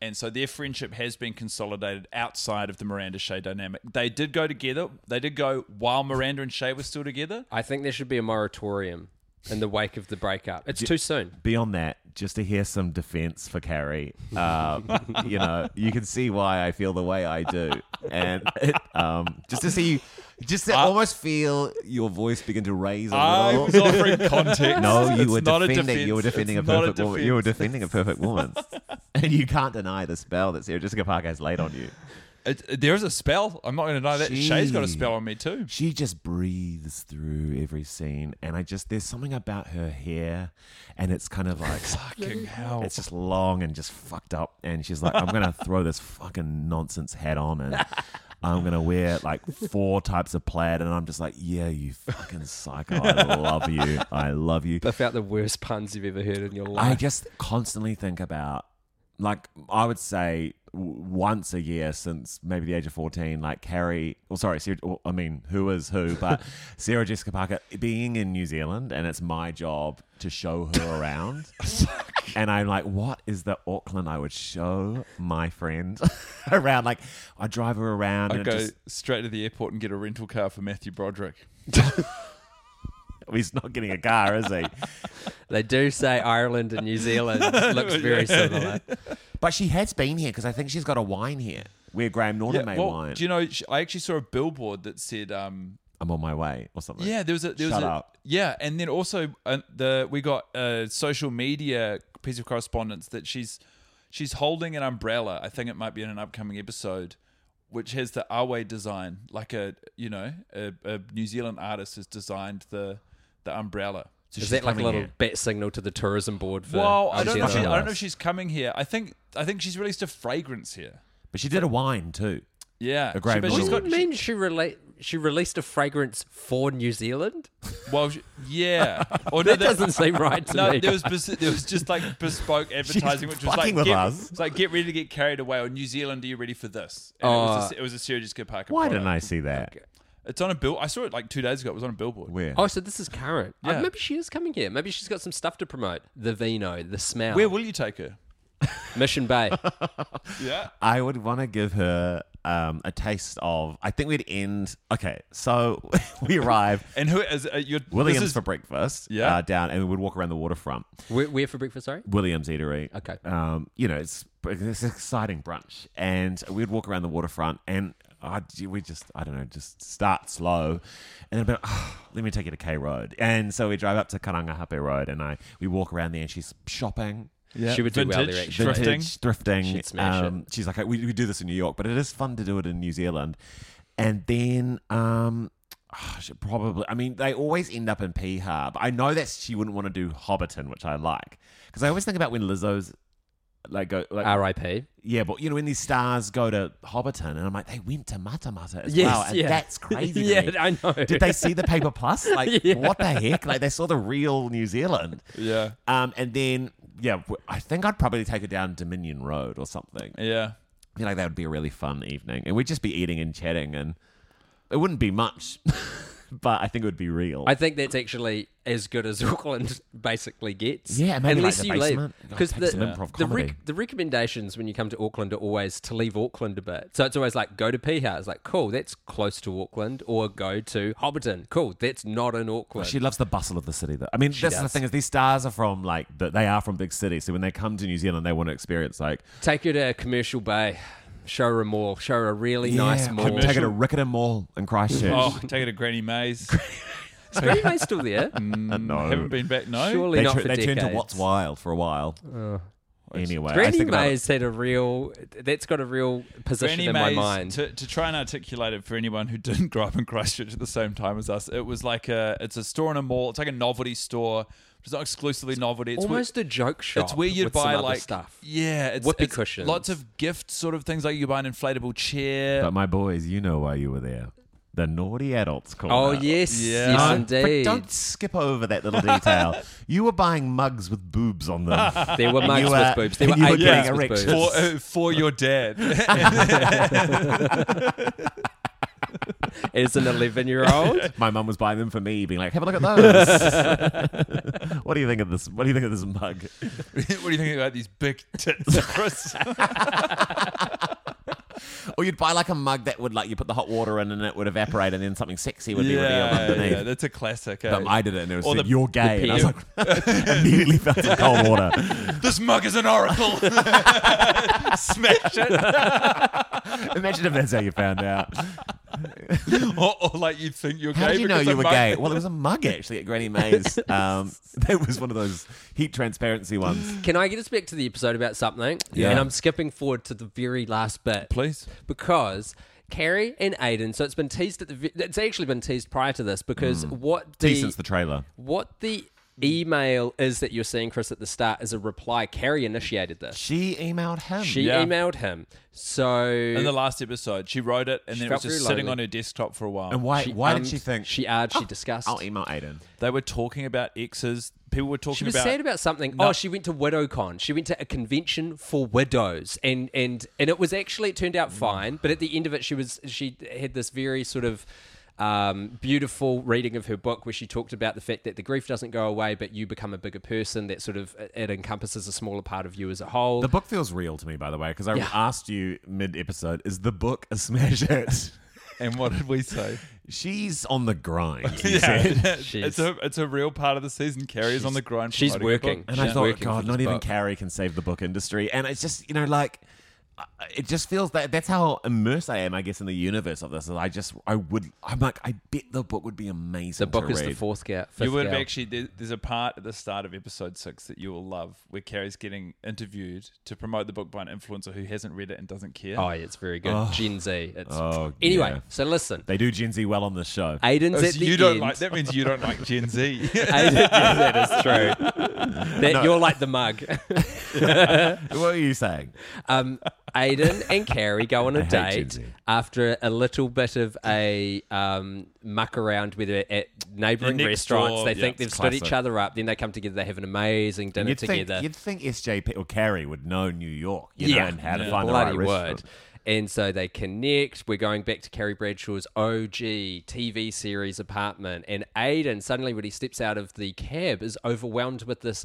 S2: And so their friendship has been consolidated outside of the Miranda Shay dynamic. They did go together. They did go while Miranda and Shay were still together.
S7: I think there should be a moratorium in the wake of the breakup. It's too soon.
S5: Beyond that, just to hear some defense for Carrie, um, you know, you can see why I feel the way I do, and it, um, just to see, just to almost feel your voice begin to raise a
S2: I
S5: little.
S2: was offering context.
S5: No, you
S2: It's
S5: were
S2: not a
S5: defending. You were
S2: defense.
S5: defending
S2: It's
S5: a
S2: not a
S5: perfect woman. You were
S2: defense.
S5: defending a perfect
S2: (laughs)
S5: woman, and you can't deny the spell that Sarah Jessica Parker has laid on you.
S2: It, there is a spell. I'm not going to know that. Shay's got a
S5: She-
S2: spell on me too.
S5: She just breathes through every scene, and I just there's something about her hair, and it's kind of like
S2: (laughs) Fucking hell.
S5: It's just long and just fucked up, and she's like,
S7: (laughs)
S5: "I'm gonna throw this fucking nonsense hat on, and I'm gonna wear like four types of plaid," and I'm just like, "Yeah, you fucking psycho! I love you! I love you!"
S7: Buff out the worst puns you've ever heard in your
S5: I
S7: life.
S5: just constantly think about, like, I would say w- once a year since maybe the age of 14, like Carrie, well, sorry, Sarah, well, I mean, who is who, but
S2: (laughs)
S5: Sarah Jessica Parker being in New Zealand, and it's my job to show her
S2: (laughs)
S5: around. and I'm like, what is the Auckland I would show my friend (laughs) around? Like, I drive her around
S2: I
S5: and it
S2: go
S5: just,
S2: straight to the airport and get a rental car for Matthew Broderick.
S5: he's not getting a car, is
S2: (laughs)
S5: he?
S7: they do say Ireland and New Zealand looks very similar.
S5: But she has been here because I think she's got a wine here where Graham Norton made
S2: well,
S5: wine.
S2: do you know? sh- I actually saw a billboard that said, um,
S5: I'm on my way or something.
S2: "Yeah, there was a there was
S5: Shut
S2: a,
S5: up.
S2: yeah," and then also uh, the we got a social media piece of correspondence that she's she's holding an umbrella. I think it might be in an upcoming episode, which has the Awe design, like a you know a, a New Zealand artist has designed the the umbrella.
S7: Is that like a little bat signal to the tourism board for
S2: well, I
S7: New
S2: don't know. If she,
S7: Zealand?
S2: I don't know if she's coming here. I think I think she's released a fragrance here.
S5: But she did a wine too.
S2: Yeah,
S5: A great
S2: she- but she's
S5: model.
S2: got
S7: What do you mean she relate she released a fragrance for New Zealand?
S2: Well, sh-
S5: (laughs)
S2: yeah. Or
S7: That doesn't seem right to
S2: (laughs) no,
S7: me.
S2: There was bes- there was just
S5: (laughs)
S2: like bespoke advertising, which was like
S5: fucking with
S2: get,
S5: us.
S2: it's like get ready to get carried away, or New Zealand, are you ready for this? And it was a, it was a Sarah Jessica Parker.
S5: Oh. Why didn't I
S2: product.
S5: see that?
S2: It's on a bill. I saw it like two days ago. It was on a billboard.
S5: Where?
S7: Oh, so this is current. Uh,
S2: Yeah.
S7: maybe she is coming here. Maybe she's got some stuff to promote. The vino, the smell.
S2: Where will you take her?
S7: (laughs) Mission
S5: (laughs)
S7: Bay.
S2: Yeah.
S5: I would want to give her um, a taste of. I think we'd end. Okay, so (laughs) we
S2: (laughs)
S5: arrive.
S2: And who is uh, your
S5: Williams
S2: this is-
S5: for breakfast.
S2: Yeah.
S5: uh, down, and we would walk around the waterfront.
S7: where, where for breakfast? Sorry.
S5: Williams Eatery.
S7: Okay.
S5: Um, you know, it's it's an exciting brunch, and we'd walk around the waterfront, and I we just I don't know, just start slow, and then be like, "Oh, let me take you to K Road, and so we drive up to Karangahape Road, and I we walk around there, and she's shopping.
S2: Yeah.
S7: She would do well
S2: Vintage,
S7: there, actually.
S2: Thrifting.
S5: vintage, thrifting.
S7: She'd smash
S5: it. She's like, we, we do this in New York, but it is fun to do it in New Zealand. And then, um, I should probably, I mean, they always end up in P Hub. I know that she wouldn't want to do Hobbiton, which I like, because I always think about when Lizzo's like go like
S7: R.I.P.
S5: yeah, but you know when these stars go to Hobbiton, and I'm like, they went to Matamata as
S7: Yes,
S5: well, and
S7: yeah.
S5: that's crazy.
S7: (laughs)
S5: to
S7: Yeah,
S5: me.
S7: I know.
S5: Did they see the
S7: (laughs)
S5: paper plus? Like,
S7: Yeah.
S5: what the heck? Like, they saw the real New Zealand.
S2: Yeah.
S5: Um, and then yeah, w- I think I'd probably take her down Dominion Road or something. I
S2: Yeah.
S5: feel like that would be a really fun evening, and we'd just be eating and chatting, and it wouldn't be much, (laughs) but I think it would be real.
S7: I think that's actually as good as (laughs) Auckland basically gets.
S5: Yeah, maybe like
S7: unless
S5: the
S7: you leave
S5: basement. Gotta
S7: because
S5: take
S7: the
S5: some improv
S7: the,
S5: comedy.
S7: the recommendations when you come to Auckland are always to leave Auckland a bit. So it's always like go to Piha. It's like cool, that's close to Auckland, or go to Hobbiton. Cool, that's not in Auckland.
S5: She loves the bustle of the city, though. I mean, that's the
S7: does.
S5: thing is these stars are from like the, they are from big cities, so when they come to New Zealand, they want to experience like
S7: Take her to Commercial Bay, show her a mall, show her a really nice
S5: Yeah,
S7: mall.
S5: Take it to Rickerton Mall in Christchurch.
S2: Oh, take her to Granny Mays.
S7: Is Green Bay still there?
S5: (laughs) no.
S2: Haven't been back. No.
S7: Surely
S5: Mm-hmm. They,
S7: not
S5: tur-
S7: for
S5: they turned to
S7: decades.
S5: What's Wild for a while. anyway, I
S7: Granny
S5: think about it-
S7: May's had a real. That's got a real position
S2: Granny
S7: in
S2: Mays,
S7: my mind.
S2: To, to try and articulate it for anyone who (laughs) didn't grow up in Christchurch at the same time as us, it was like a it's a store in a mall. It's like a novelty store. It's not exclusively novelty. It's
S7: Almost a joke
S2: where,
S7: shop.
S2: It's where you'd
S7: with some
S2: buy
S7: other
S2: like
S7: stuff.
S2: Yeah, it's,
S7: Whoopee
S2: it's
S7: cushions.
S2: Lots of gift sort of things like you could buy an inflatable chair.
S5: But my boys, you know why you were there. the naughty adults corner.
S7: Oh, yes. Yes,
S5: Don't-
S7: indeed.
S5: uh, Don't skip over that little detail.
S7: (laughs)
S5: you were buying mugs with boobs on them.
S7: There
S5: (laughs)
S7: were
S5: And
S7: mugs
S5: you
S7: with
S5: were-
S7: boobs. There
S5: and
S7: were
S5: you were
S7: eight
S5: getting
S7: mugs with
S5: (laughs) erections.
S7: (laughs)
S2: for, uh, for your dad. (laughs)
S7: As an 11 year old.
S5: My mum was buying them for me, being like, "Have
S7: (laughs)
S5: a look at those." (laughs) what do you think of this? What do you think of this mug?
S2: what do you think about these big tits,
S7: (laughs)
S2: Chris?
S5: Or you'd buy like a mug that would like you put the hot water in and it would evaporate, and then something sexy would be revealed underneath.
S2: yeah, that's a classic. eh?
S5: But I did it, and it was
S2: Or
S5: said,
S2: the-
S5: "You're gay," and I was like, (laughs) immediately felt some cold (laughs) water.
S2: this mug is
S7: (laughs)
S2: an oracle. (laughs) Smash it.
S5: Imagine if that's how you found out.
S2: or, or like you think you're
S5: How
S2: gay.
S5: did you know
S2: because a
S5: you were
S2: mug-
S5: gay? Well, it was a mug actually at Granny (laughs) May's. Um, there was one of those heat transparency ones.
S7: Can I get us back to the episode about something?
S5: Yeah.
S7: And I'm skipping forward to the very last bit.
S2: (laughs) Please.
S7: Because Carrie and Aiden, so it's been teased at the. ve- It's actually been teased prior to this
S5: Hmm.
S7: because what the.
S5: Tea since the trailer.
S7: What the email is that you're seeing, Chris, at the start is a reply. Carrie initiated this.
S5: She emailed him.
S7: She
S2: Yeah.
S7: emailed him. So.
S2: In the last episode, she wrote it and
S7: She
S2: then it
S7: felt
S2: was just
S7: very
S2: sitting
S7: lonely.
S2: on her desktop for a while.
S5: and why?
S7: she
S5: why did she
S7: ummed,
S5: think?
S7: She arred, she discussed.
S5: I'll email Aiden.
S2: They were talking about exes. People were talking
S7: She was
S2: about.
S7: sad about something.
S2: No.
S7: Oh, she went to WidowCon. She went to a convention for widows, and and and it was actually it turned
S2: Mm.
S7: out fine. But at the end of it, she was she had this very sort of. Um, beautiful reading of her book where she talked about the fact that the grief doesn't go away but you become a bigger person that sort of it encompasses a smaller part of you as a whole
S5: The book feels real to me, by the way, because I
S7: Yeah.
S5: asked you mid-episode: Is the book a smash (laughs) hit?
S2: (laughs) and what did
S7: (laughs)
S2: we say?
S5: She's on the grind. you said.
S2: yeah,
S7: She's-
S2: it's a it's a real part of the season. Carrie's on the grind.
S7: she's
S2: promoting her book.
S7: working.
S5: And
S7: She's
S5: I thought,
S7: working
S5: God,
S7: for
S5: not
S7: this
S5: even
S7: book.
S5: Carrie can save the book industry. And it's just, you know, like, I- it just feels that that's how immersed I am, I guess, in the universe of this. Is I just, I would, I'm like, I bet the book would be amazing.
S7: the book
S5: to
S7: is the
S5: read.
S7: fourth gap
S2: You would have actually. there- There's a part at the start of episode six that you will love, where Carrie's getting interviewed to promote the book by an influencer who hasn't read it and doesn't care.
S7: oh yeah, it's very good Gen Z it's
S5: Oh,
S7: anyway
S5: yeah.
S7: so listen
S5: They do Gen Z well on this show.
S7: Aiden's
S2: Oh,
S7: at
S2: so
S7: the
S2: you don't
S7: end.
S2: like. That means you don't like Gen
S7: (laughs)
S2: Z. (laughs)
S7: Aiden, yeah, that (laughs) is true. That you're like the mug.
S5: what are you saying?
S7: Um, Aiden and Carrie go on a
S5: I hate Gen
S7: date
S5: Z.
S7: after a little bit of a um, muck around with it at neighboring
S2: Next
S7: restaurants.
S2: door,
S7: they
S2: yeah,
S7: think they've
S5: it's
S7: stood each
S5: classic.
S7: other up. Then they come together. They have an amazing dinner
S5: You'd think,
S7: together.
S5: you'd think SJP or Carrie would know New York, you know, and how to find the
S7: bloody word.
S5: right restaurant.
S7: And so they connect. We're going back to Carrie Bradshaw's OG TV series apartment. And Aiden, suddenly when he steps out of the cab, is overwhelmed with this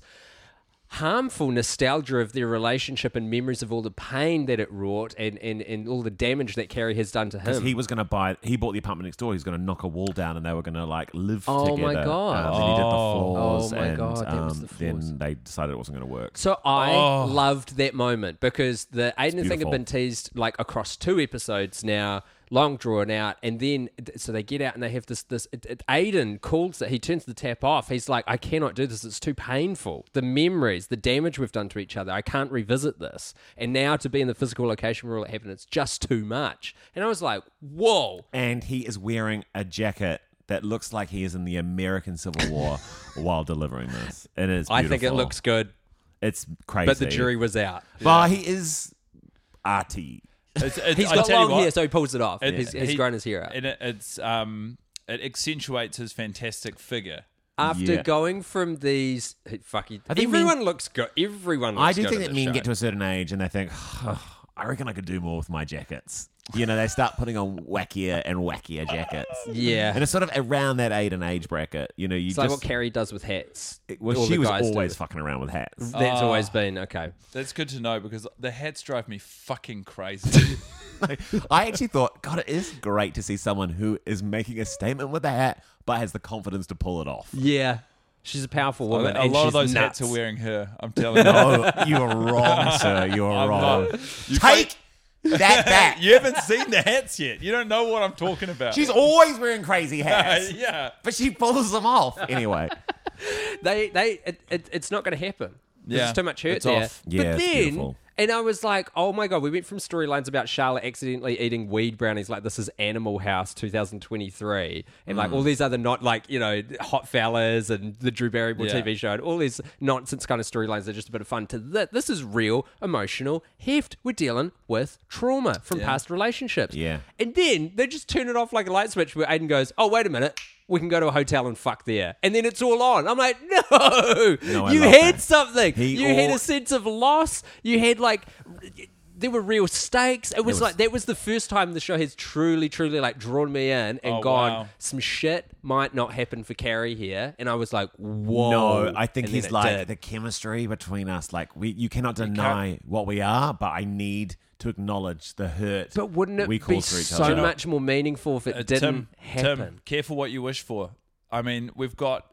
S7: harmful nostalgia of their relationship and memories of all the pain that it wrought and, and, and all the damage that Carrie has done to
S5: Because
S7: him.
S5: he was going to buy, he bought the apartment next door. He was going to knock a wall down, and they were going to like live
S7: Oh, my
S5: together.
S7: God.
S5: Um, then he did the
S2: Oh.
S5: floors,
S7: Oh, my
S5: and
S7: God, that was
S5: um,
S7: the floors.
S5: then they decided it wasn't going to work.
S7: So I
S2: Oh.
S7: loved that moment because the Aiden thing had
S5: beautiful.
S7: been teased like across two episodes now, long drawn out, and then so they get out and they have this this. It, it- Aiden calls it. He turns the tap off. He's like, I cannot do this. It's too painful. The memories, the damage we've done to each other. I can't revisit this. And now to be in the physical location where all it happened, it's just too much. And I was like, whoa.
S5: and he is wearing a jacket that looks like he is in the American
S7: (laughs)
S5: Civil War while delivering this. It is.
S7: I think it
S5: beautiful.
S7: looks good,
S5: It's crazy.
S7: but the jury was out.
S5: But he is arty.
S2: It's- it's-
S7: He's
S2: I
S7: got
S2: tell you
S7: long
S2: what,
S7: hair, so he pulls it off.
S2: it-
S7: he's, he's
S2: he-
S7: grown his hair out.
S2: And it, it's um, it accentuates his fantastic figure.
S7: After
S5: Yeah.
S7: going from these, fucking
S5: I think
S7: everyone
S5: men-
S7: looks good. Everyone. Looks
S5: I do
S7: good
S5: think
S7: in
S5: that
S7: this
S5: men get
S7: show.
S5: to a certain age and they think, "Oh, I reckon I could do more with my jackets. You know, they start putting on wackier and wackier jackets.
S7: Yeah.
S5: and it's sort of around that eight and age bracket. You know, you
S7: It's
S5: just
S7: like what Carrie does with hats.
S5: well,
S7: All
S5: she
S7: the
S5: was
S7: guys do.
S5: always fucking around with hats.
S2: Ah.
S7: That's always been okay.
S2: That's good to know because the hats drive me
S7: (laughs)
S2: fucking crazy.
S5: (laughs) I actually thought, God, it is great to see someone who is making a statement with a hat, but has the confidence to pull it off.
S7: Yeah, she's a powerful
S2: a
S7: woman. and
S2: lot of
S7: she's
S2: those
S7: nuts.
S2: hats are wearing her. I'm
S7: (laughs)
S2: telling you.
S5: Oh, you are wrong, sir. You are
S2: I'm
S5: wrong.
S2: not. You
S5: Take
S7: (laughs)
S5: that back.
S2: You haven't seen the hats yet. You don't know what I'm talking about.
S5: She's always wearing crazy
S7: Uh,
S5: hats,
S2: (laughs) yeah.
S5: but she pulls them off (laughs) anyway.
S7: They, they, it, it, it's not going to happen. There's
S2: Yeah,
S7: just too much hurt
S2: it's
S7: there.
S2: off.
S5: Yeah,
S7: but
S5: it's
S7: then
S5: beautiful.
S7: And I was like, oh my God, we went from storylines about Charlotte accidentally eating weed brownies, like this is Animal House 2023, and like
S8: Mm.
S7: all
S5: Hmm.
S7: these other not like, you know, Hot Fellas and the Drew Barrymore
S8: Yeah.
S7: TV show, and all these nonsense kind of storylines that are just a bit of fun to th- this is real emotional heft. We're dealing with trauma from past relationships.
S5: Yeah.
S7: And then they just turn it off like a light switch where Aiden goes, oh, wait a minute. We can go to a hotel and fuck there. And then it's all on. I'm like, no,
S5: No, I
S7: you
S5: love
S7: had
S5: that.
S7: something.
S5: He
S7: you had
S5: al-
S7: a sense of loss. You had like there were real stakes. It was,
S5: was-
S7: like that was the first time the show has truly, truly like drawn me in and
S5: Oh,
S7: gone.
S5: wow.
S7: Some shit might not happen for Carrie here, and I was like, whoa.
S5: No, I think
S7: And
S5: he's
S7: then it
S5: like
S7: did.
S5: the chemistry between us. Like we, you cannot deny what we are, but I need to acknowledge the hurt. But
S7: wouldn't it
S5: we
S7: be
S5: cause for each
S7: so
S5: other.
S7: much more meaningful if it
S2: Uh,
S7: didn't
S2: Tim,
S7: happen?
S2: Tim, careful what you wish for. I mean, we've got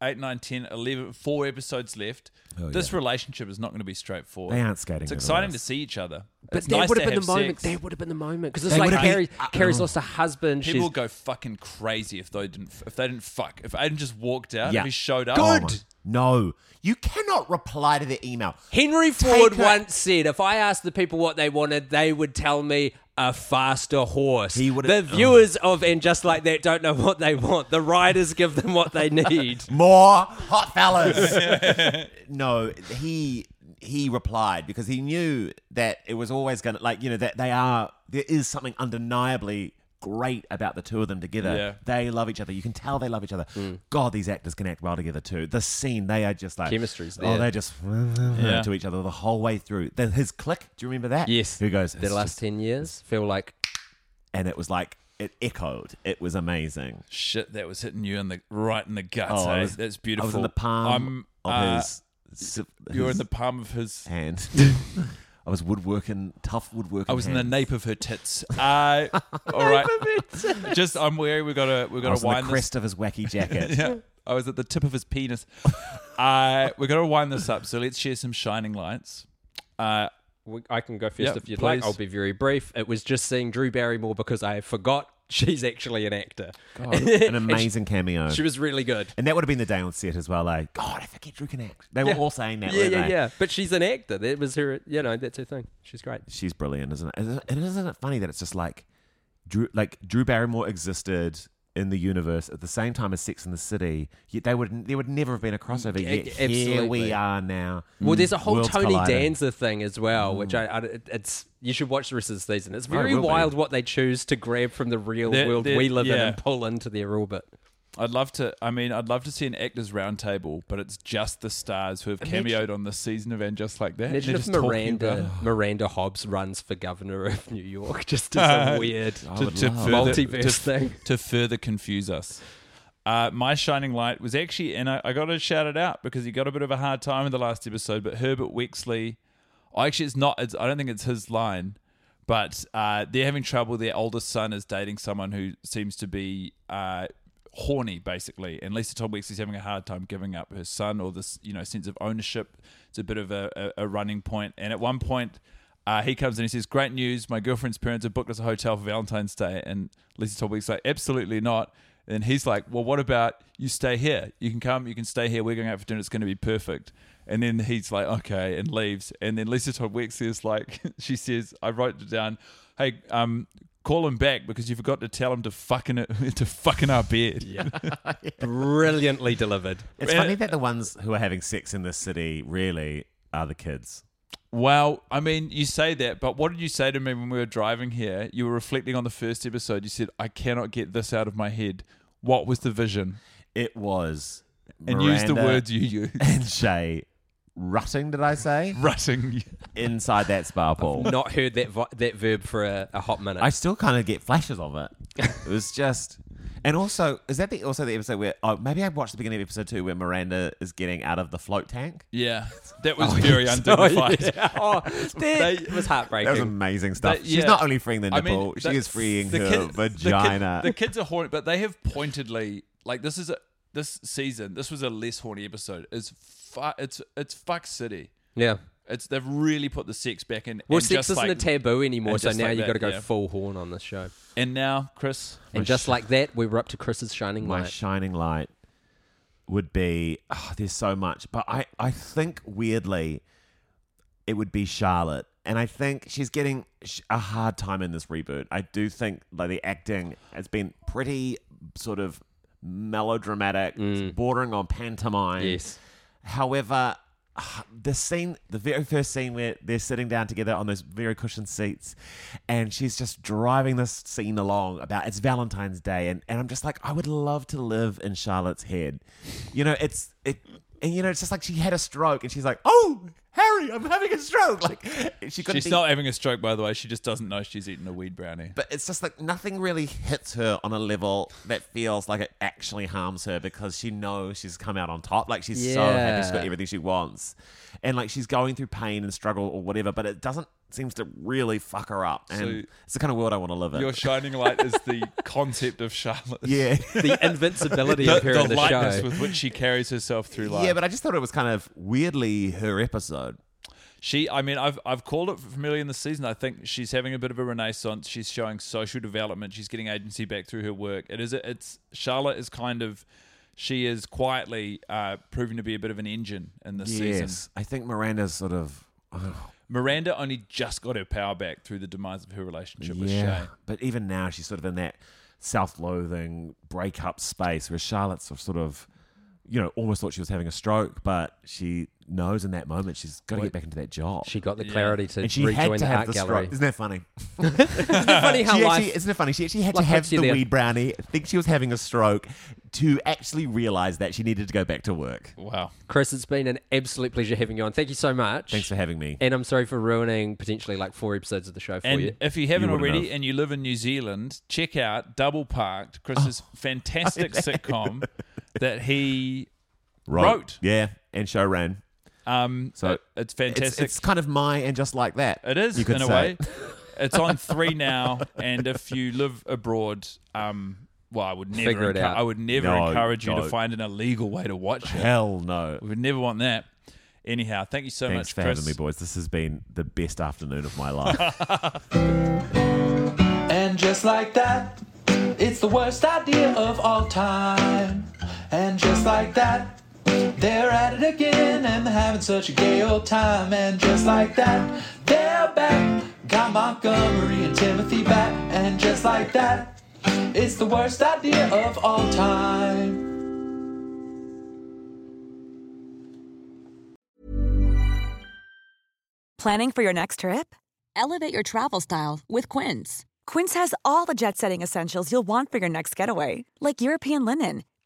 S2: 8, 9, 10, 11, four episodes left.
S5: Oh,
S2: this relationship is not going to be straightforward.
S5: They aren't skating
S2: It's
S5: good on
S2: exciting
S5: us.
S2: to see each other.
S7: But
S2: it's
S7: that
S2: nice
S7: would
S2: to
S7: have been the
S2: have
S7: moment.
S2: sex.
S7: That would have been the moment because it's
S2: They
S7: like
S2: would've been-
S7: Carrie,
S2: I-
S7: Carrie's
S2: oh.
S7: lost a husband.
S2: People
S7: She's
S2: would go fucking crazy if they didn't. If they didn't fuck. If Aiden just walked out.
S5: Yeah.
S2: If he showed up.
S5: Oh my- no, you cannot reply to the email.
S7: Henry Ford once said, "If I asked the people what they wanted, they would tell me a faster horse." He would.
S5: oh.
S7: The viewers of and just like that don't know what they want. The riders give them what
S5: (laughs)
S7: they need.
S5: More
S2: (laughs)
S5: hot fellas. no, he he replied because he knew that it was always going to like you know that they are there is something undeniably great about the two of them together.
S2: Yeah.
S5: They love each other. You can tell they love each other.
S7: Hmm.
S5: God, these actors can act well together too. The scene they are just like
S7: Chemistry's
S5: Oh,
S7: there.
S5: they just
S7: Yeah.
S5: to each other the whole way through. Then his click. Do you remember that?
S7: Yes.
S5: Who goes?
S7: The last ten years feel like,
S5: and it was like it echoed. It was amazing.
S2: Shit, that was hitting you in the right in the guts.
S5: Oh, I was- I
S2: eh?
S5: was
S2: That's
S5: in
S2: beautiful. uh,
S5: the palm of his-
S2: You're in
S5: his-
S2: the palm of his
S5: hand. I was woodworking, tough woodworking.
S2: I was in the
S5: hand.
S2: nape of
S5: (laughs)
S2: her tits. Uh, all right. Just, I'm wary. We gotta, we
S5: I
S2: gotta
S5: was in the
S2: wind
S5: crest
S2: this. (laughs)
S5: of his
S7: (laughs)
S5: wacky jacket.
S2: yeah, I was at the tip of
S5: (laughs)
S2: his penis. uh, we gotta wind this up. So let's share some shining lights. Uh,
S7: I can go first
S2: Yeah,
S7: if you'd
S2: please.
S7: like. I'll be very brief. It was just seeing Drew Barrymore because I forgot she's actually an actor.
S5: God,
S7: (laughs) And she-
S5: an amazing cameo.
S7: She was really good.
S5: and that would have been the day on set as well. Like, God, I forget Drew can act. They
S7: Yeah.
S5: were all saying that.
S7: Yeah,
S5: weren't
S7: yeah,
S5: they?
S7: yeah. But she's an actor. That was her. You know, that's her thing. She's great.
S5: She's brilliant, isn't it? And isn't- And isn't it funny that it's just like, Drew, like Drew Barrymore existed in the universe at the same time as Sex in the City. Yet they would, there would never have been a crossover. Yet here we
S7: absolutely.
S5: are now.
S7: Well, there's a whole
S5: Mm, Worlds
S7: Tony
S5: colliding.
S7: Danza thing as well, which I, I it- it's you should watch the rest of the season. It's
S5: I
S7: very
S5: will be.
S7: wild what they choose to grab from the real
S2: They're-
S7: world
S2: they're-
S7: we live in
S2: yeah.
S7: and pull into their orbit.
S2: I'd love to. I mean, I'd love to see an actors roundtable, but it's just the stars who have
S7: Imagine-
S2: cameoed on this season of And Just Like That. and
S7: Imagine
S2: they're
S7: if
S2: just talking
S7: Miranda
S2: about-
S7: Miranda Hobbs runs for governor of New York, (laughs) just as a weird
S2: (laughs) to, to further,
S7: multiverse
S2: to-
S7: thing.
S2: to further confuse us. Uh, my shining light was actually, and I, I got to shout it out because he got a bit of a hard time in the last episode. But Herbert Wexley, oh, actually, it's not. It's, I don't think it's his line, but uh, they're having trouble. Their oldest son is dating someone who seems to be uh, horny, basically. And Lisa Tom Wexley's having a hard time giving up her son or this, you know, sense of ownership. It's a bit of a, a, a running point. And at one point, uh, he comes in and he says, Great news, my girlfriend's parents have booked us a hotel for Valentine's Day. And Lisa Tolbeck's like, Absolutely not. And he's like, Well, what about you stay here? You can come, you can stay here. We're going out for dinner. It's going to be perfect. And then he's like, Okay, and leaves. And then Lisa Tolbeck is like, (laughs) She says, I wrote it down, Hey, um, call him back because you forgot to tell him to fucking (laughs) to fucking our bed. Yeah.
S7: Brilliantly delivered.
S5: It's funny that the ones who are having sex in this city really are the kids.
S2: Well, I mean, you say that, but what did you say to me when we were driving here? You were reflecting on the first episode. You said, I cannot get this out of my head. What was the vision?
S5: It was.
S2: And use the
S5: Miranda
S2: words you (laughs) used.
S5: (laughs) And Shay rutting, did I say?
S2: rutting.
S5: Inside that spa pool.
S7: Not heard that vo- that verb for a, a hot minute.
S5: (laughs) I still kind of get flashes of it. It was just. And also, is that the also the episode where. Oh, maybe I watched the beginning of episode two where Miranda is getting out of the float tank?
S2: (laughs) Yeah. That was very (laughs)
S5: yes.
S2: undignified.
S5: Oh, yeah.
S7: Oh, that was heartbreaking.
S5: That was amazing stuff.
S2: That-
S5: She's
S2: yeah.
S5: not only freeing the
S2: I mean,
S5: nipple, she
S2: that-
S5: is freeing
S2: the
S5: her
S2: kid- the kid-
S5: vagina.
S2: The, kids are horny, but they have pointedly like this is a this season. This was a less horny episode. It's fu- it's it's fuck city.
S7: Yeah.
S2: It's they've really put the sex back in.
S7: Well,
S2: and
S7: sex
S2: just
S7: isn't
S2: like-
S7: a taboo anymore,
S2: and
S7: so
S2: just
S7: now
S2: like
S7: you've got
S2: that,
S7: to go
S2: yeah.
S7: full horn on this show.
S2: And now, Chris,
S7: And just like that, we were up to Chris's shining
S5: my
S7: light.
S5: shining light ah, would be oh, there's so much but i i think weirdly it would be Charlotte. And I think she's getting sh- a hard time in this reboot. I do think like the acting has been pretty sort of melodramatic, it's bordering on pantomime.
S7: Mm. Yes.
S5: However, (sighs) the scene, the very first scene where they're sitting down together on those very cushioned seats, and she's just driving this scene along about it's Valentine's Day, and, and I'm just like, I would love to live in Charlotte's head, you know, it's it, and you know, it's just like she had a stroke, and she's like, oh, Harry, I'm having a stroke, like she couldn't
S2: She's
S5: be-
S2: not having a stroke, by the way. She just doesn't know she's eating a weed brownie.
S5: but it's just like nothing really hits her on a level that feels like it actually harms her because she knows she's come out on top. Like she's so happy she's got
S7: Yeah.
S5: everything she wants. And like she's going through pain and struggle or whatever, but it doesn't seems to really fuck her up. And
S2: So-
S5: it's the kind of world I want to live in.
S2: Your shining light is
S7: (laughs)
S2: the concept of Charlotte. (laughs)
S5: yeah.
S7: The invincibility
S2: The,
S7: of her
S2: the
S7: in the
S2: lightness
S7: show.
S2: with which she carries herself through
S5: (laughs)
S2: life.
S5: yeah, but I just thought it was kind of weirdly her episode.
S2: She, I mean, I've I've called it from early in the season. I think she's having a bit of a renaissance. She's showing social development. She's getting agency back through her work. It is. It's Charlotte is kind of, she is quietly uh, proving to be a bit of an engine in this season.
S5: Yes. I think Miranda's sort of
S2: Miranda only just got her power back through the demise of her relationship with
S5: yeah.
S2: Shay.
S5: But even now, she's sort of in that self-loathing breakup space where Charlotte's sort of, you know, almost thought she was having a stroke, but she knows in that moment she's got to get back into that job.
S7: She got the clarity to
S5: and she
S7: rejoin
S5: had to
S7: the
S5: have
S7: art
S5: the
S7: gallery.
S5: stroke. Isn't that funny?
S7: funny how
S5: (laughs) She
S7: life-
S5: actually, isn't it funny? She actually had
S7: Life
S5: to have
S7: puts you
S5: the
S7: there.
S5: weed brownie, think she was having a stroke, to actually realize that she needed to go back to work.
S2: Wow.
S7: Chris, it's been an absolute pleasure having you on. Thank you so much.
S5: Thanks for having me.
S7: And I'm sorry for ruining potentially like four episodes of the show for
S2: And
S7: you.
S2: if you haven't
S5: You wouldn't
S2: already
S5: have.
S2: and you live in New Zealand, check out Double Parked,
S5: (laughs) Oh,
S2: Chris's fantastic sitcom that he
S5: Right.
S2: Wrote.
S5: Yeah, and show ran.
S2: um
S7: uh,
S5: So
S2: it- it's
S5: It's,
S2: fantastic.
S5: it's kind of my and just like that.
S2: It is
S5: you could
S2: in a
S5: say. (laughs)
S2: way. It's on three now, and if you live abroad, um, well, I would never,
S7: Figure it
S2: encour-
S7: out.
S2: I would never
S5: No,
S2: encourage you to
S5: don't.
S2: find an illegal way to watch it.
S5: Hell no.
S2: We would never want that. Anyhow, thank you so
S5: Thanks
S2: much,
S5: for
S2: Chris.
S5: having me, boys. This has been the best afternoon of my
S2: (laughs)
S5: life.
S8: And just like that, it's the worst idea of all time. And just like that, they're at it again and they're having such a gay old time. And just like that, they're back. Got Montgomery and Timothy back. And just like that, it's the worst idea of all time.
S9: Planning for your next trip? Elevate your travel style with Quince. Quince has all the jet setting essentials you'll want for your next getaway, like European linen,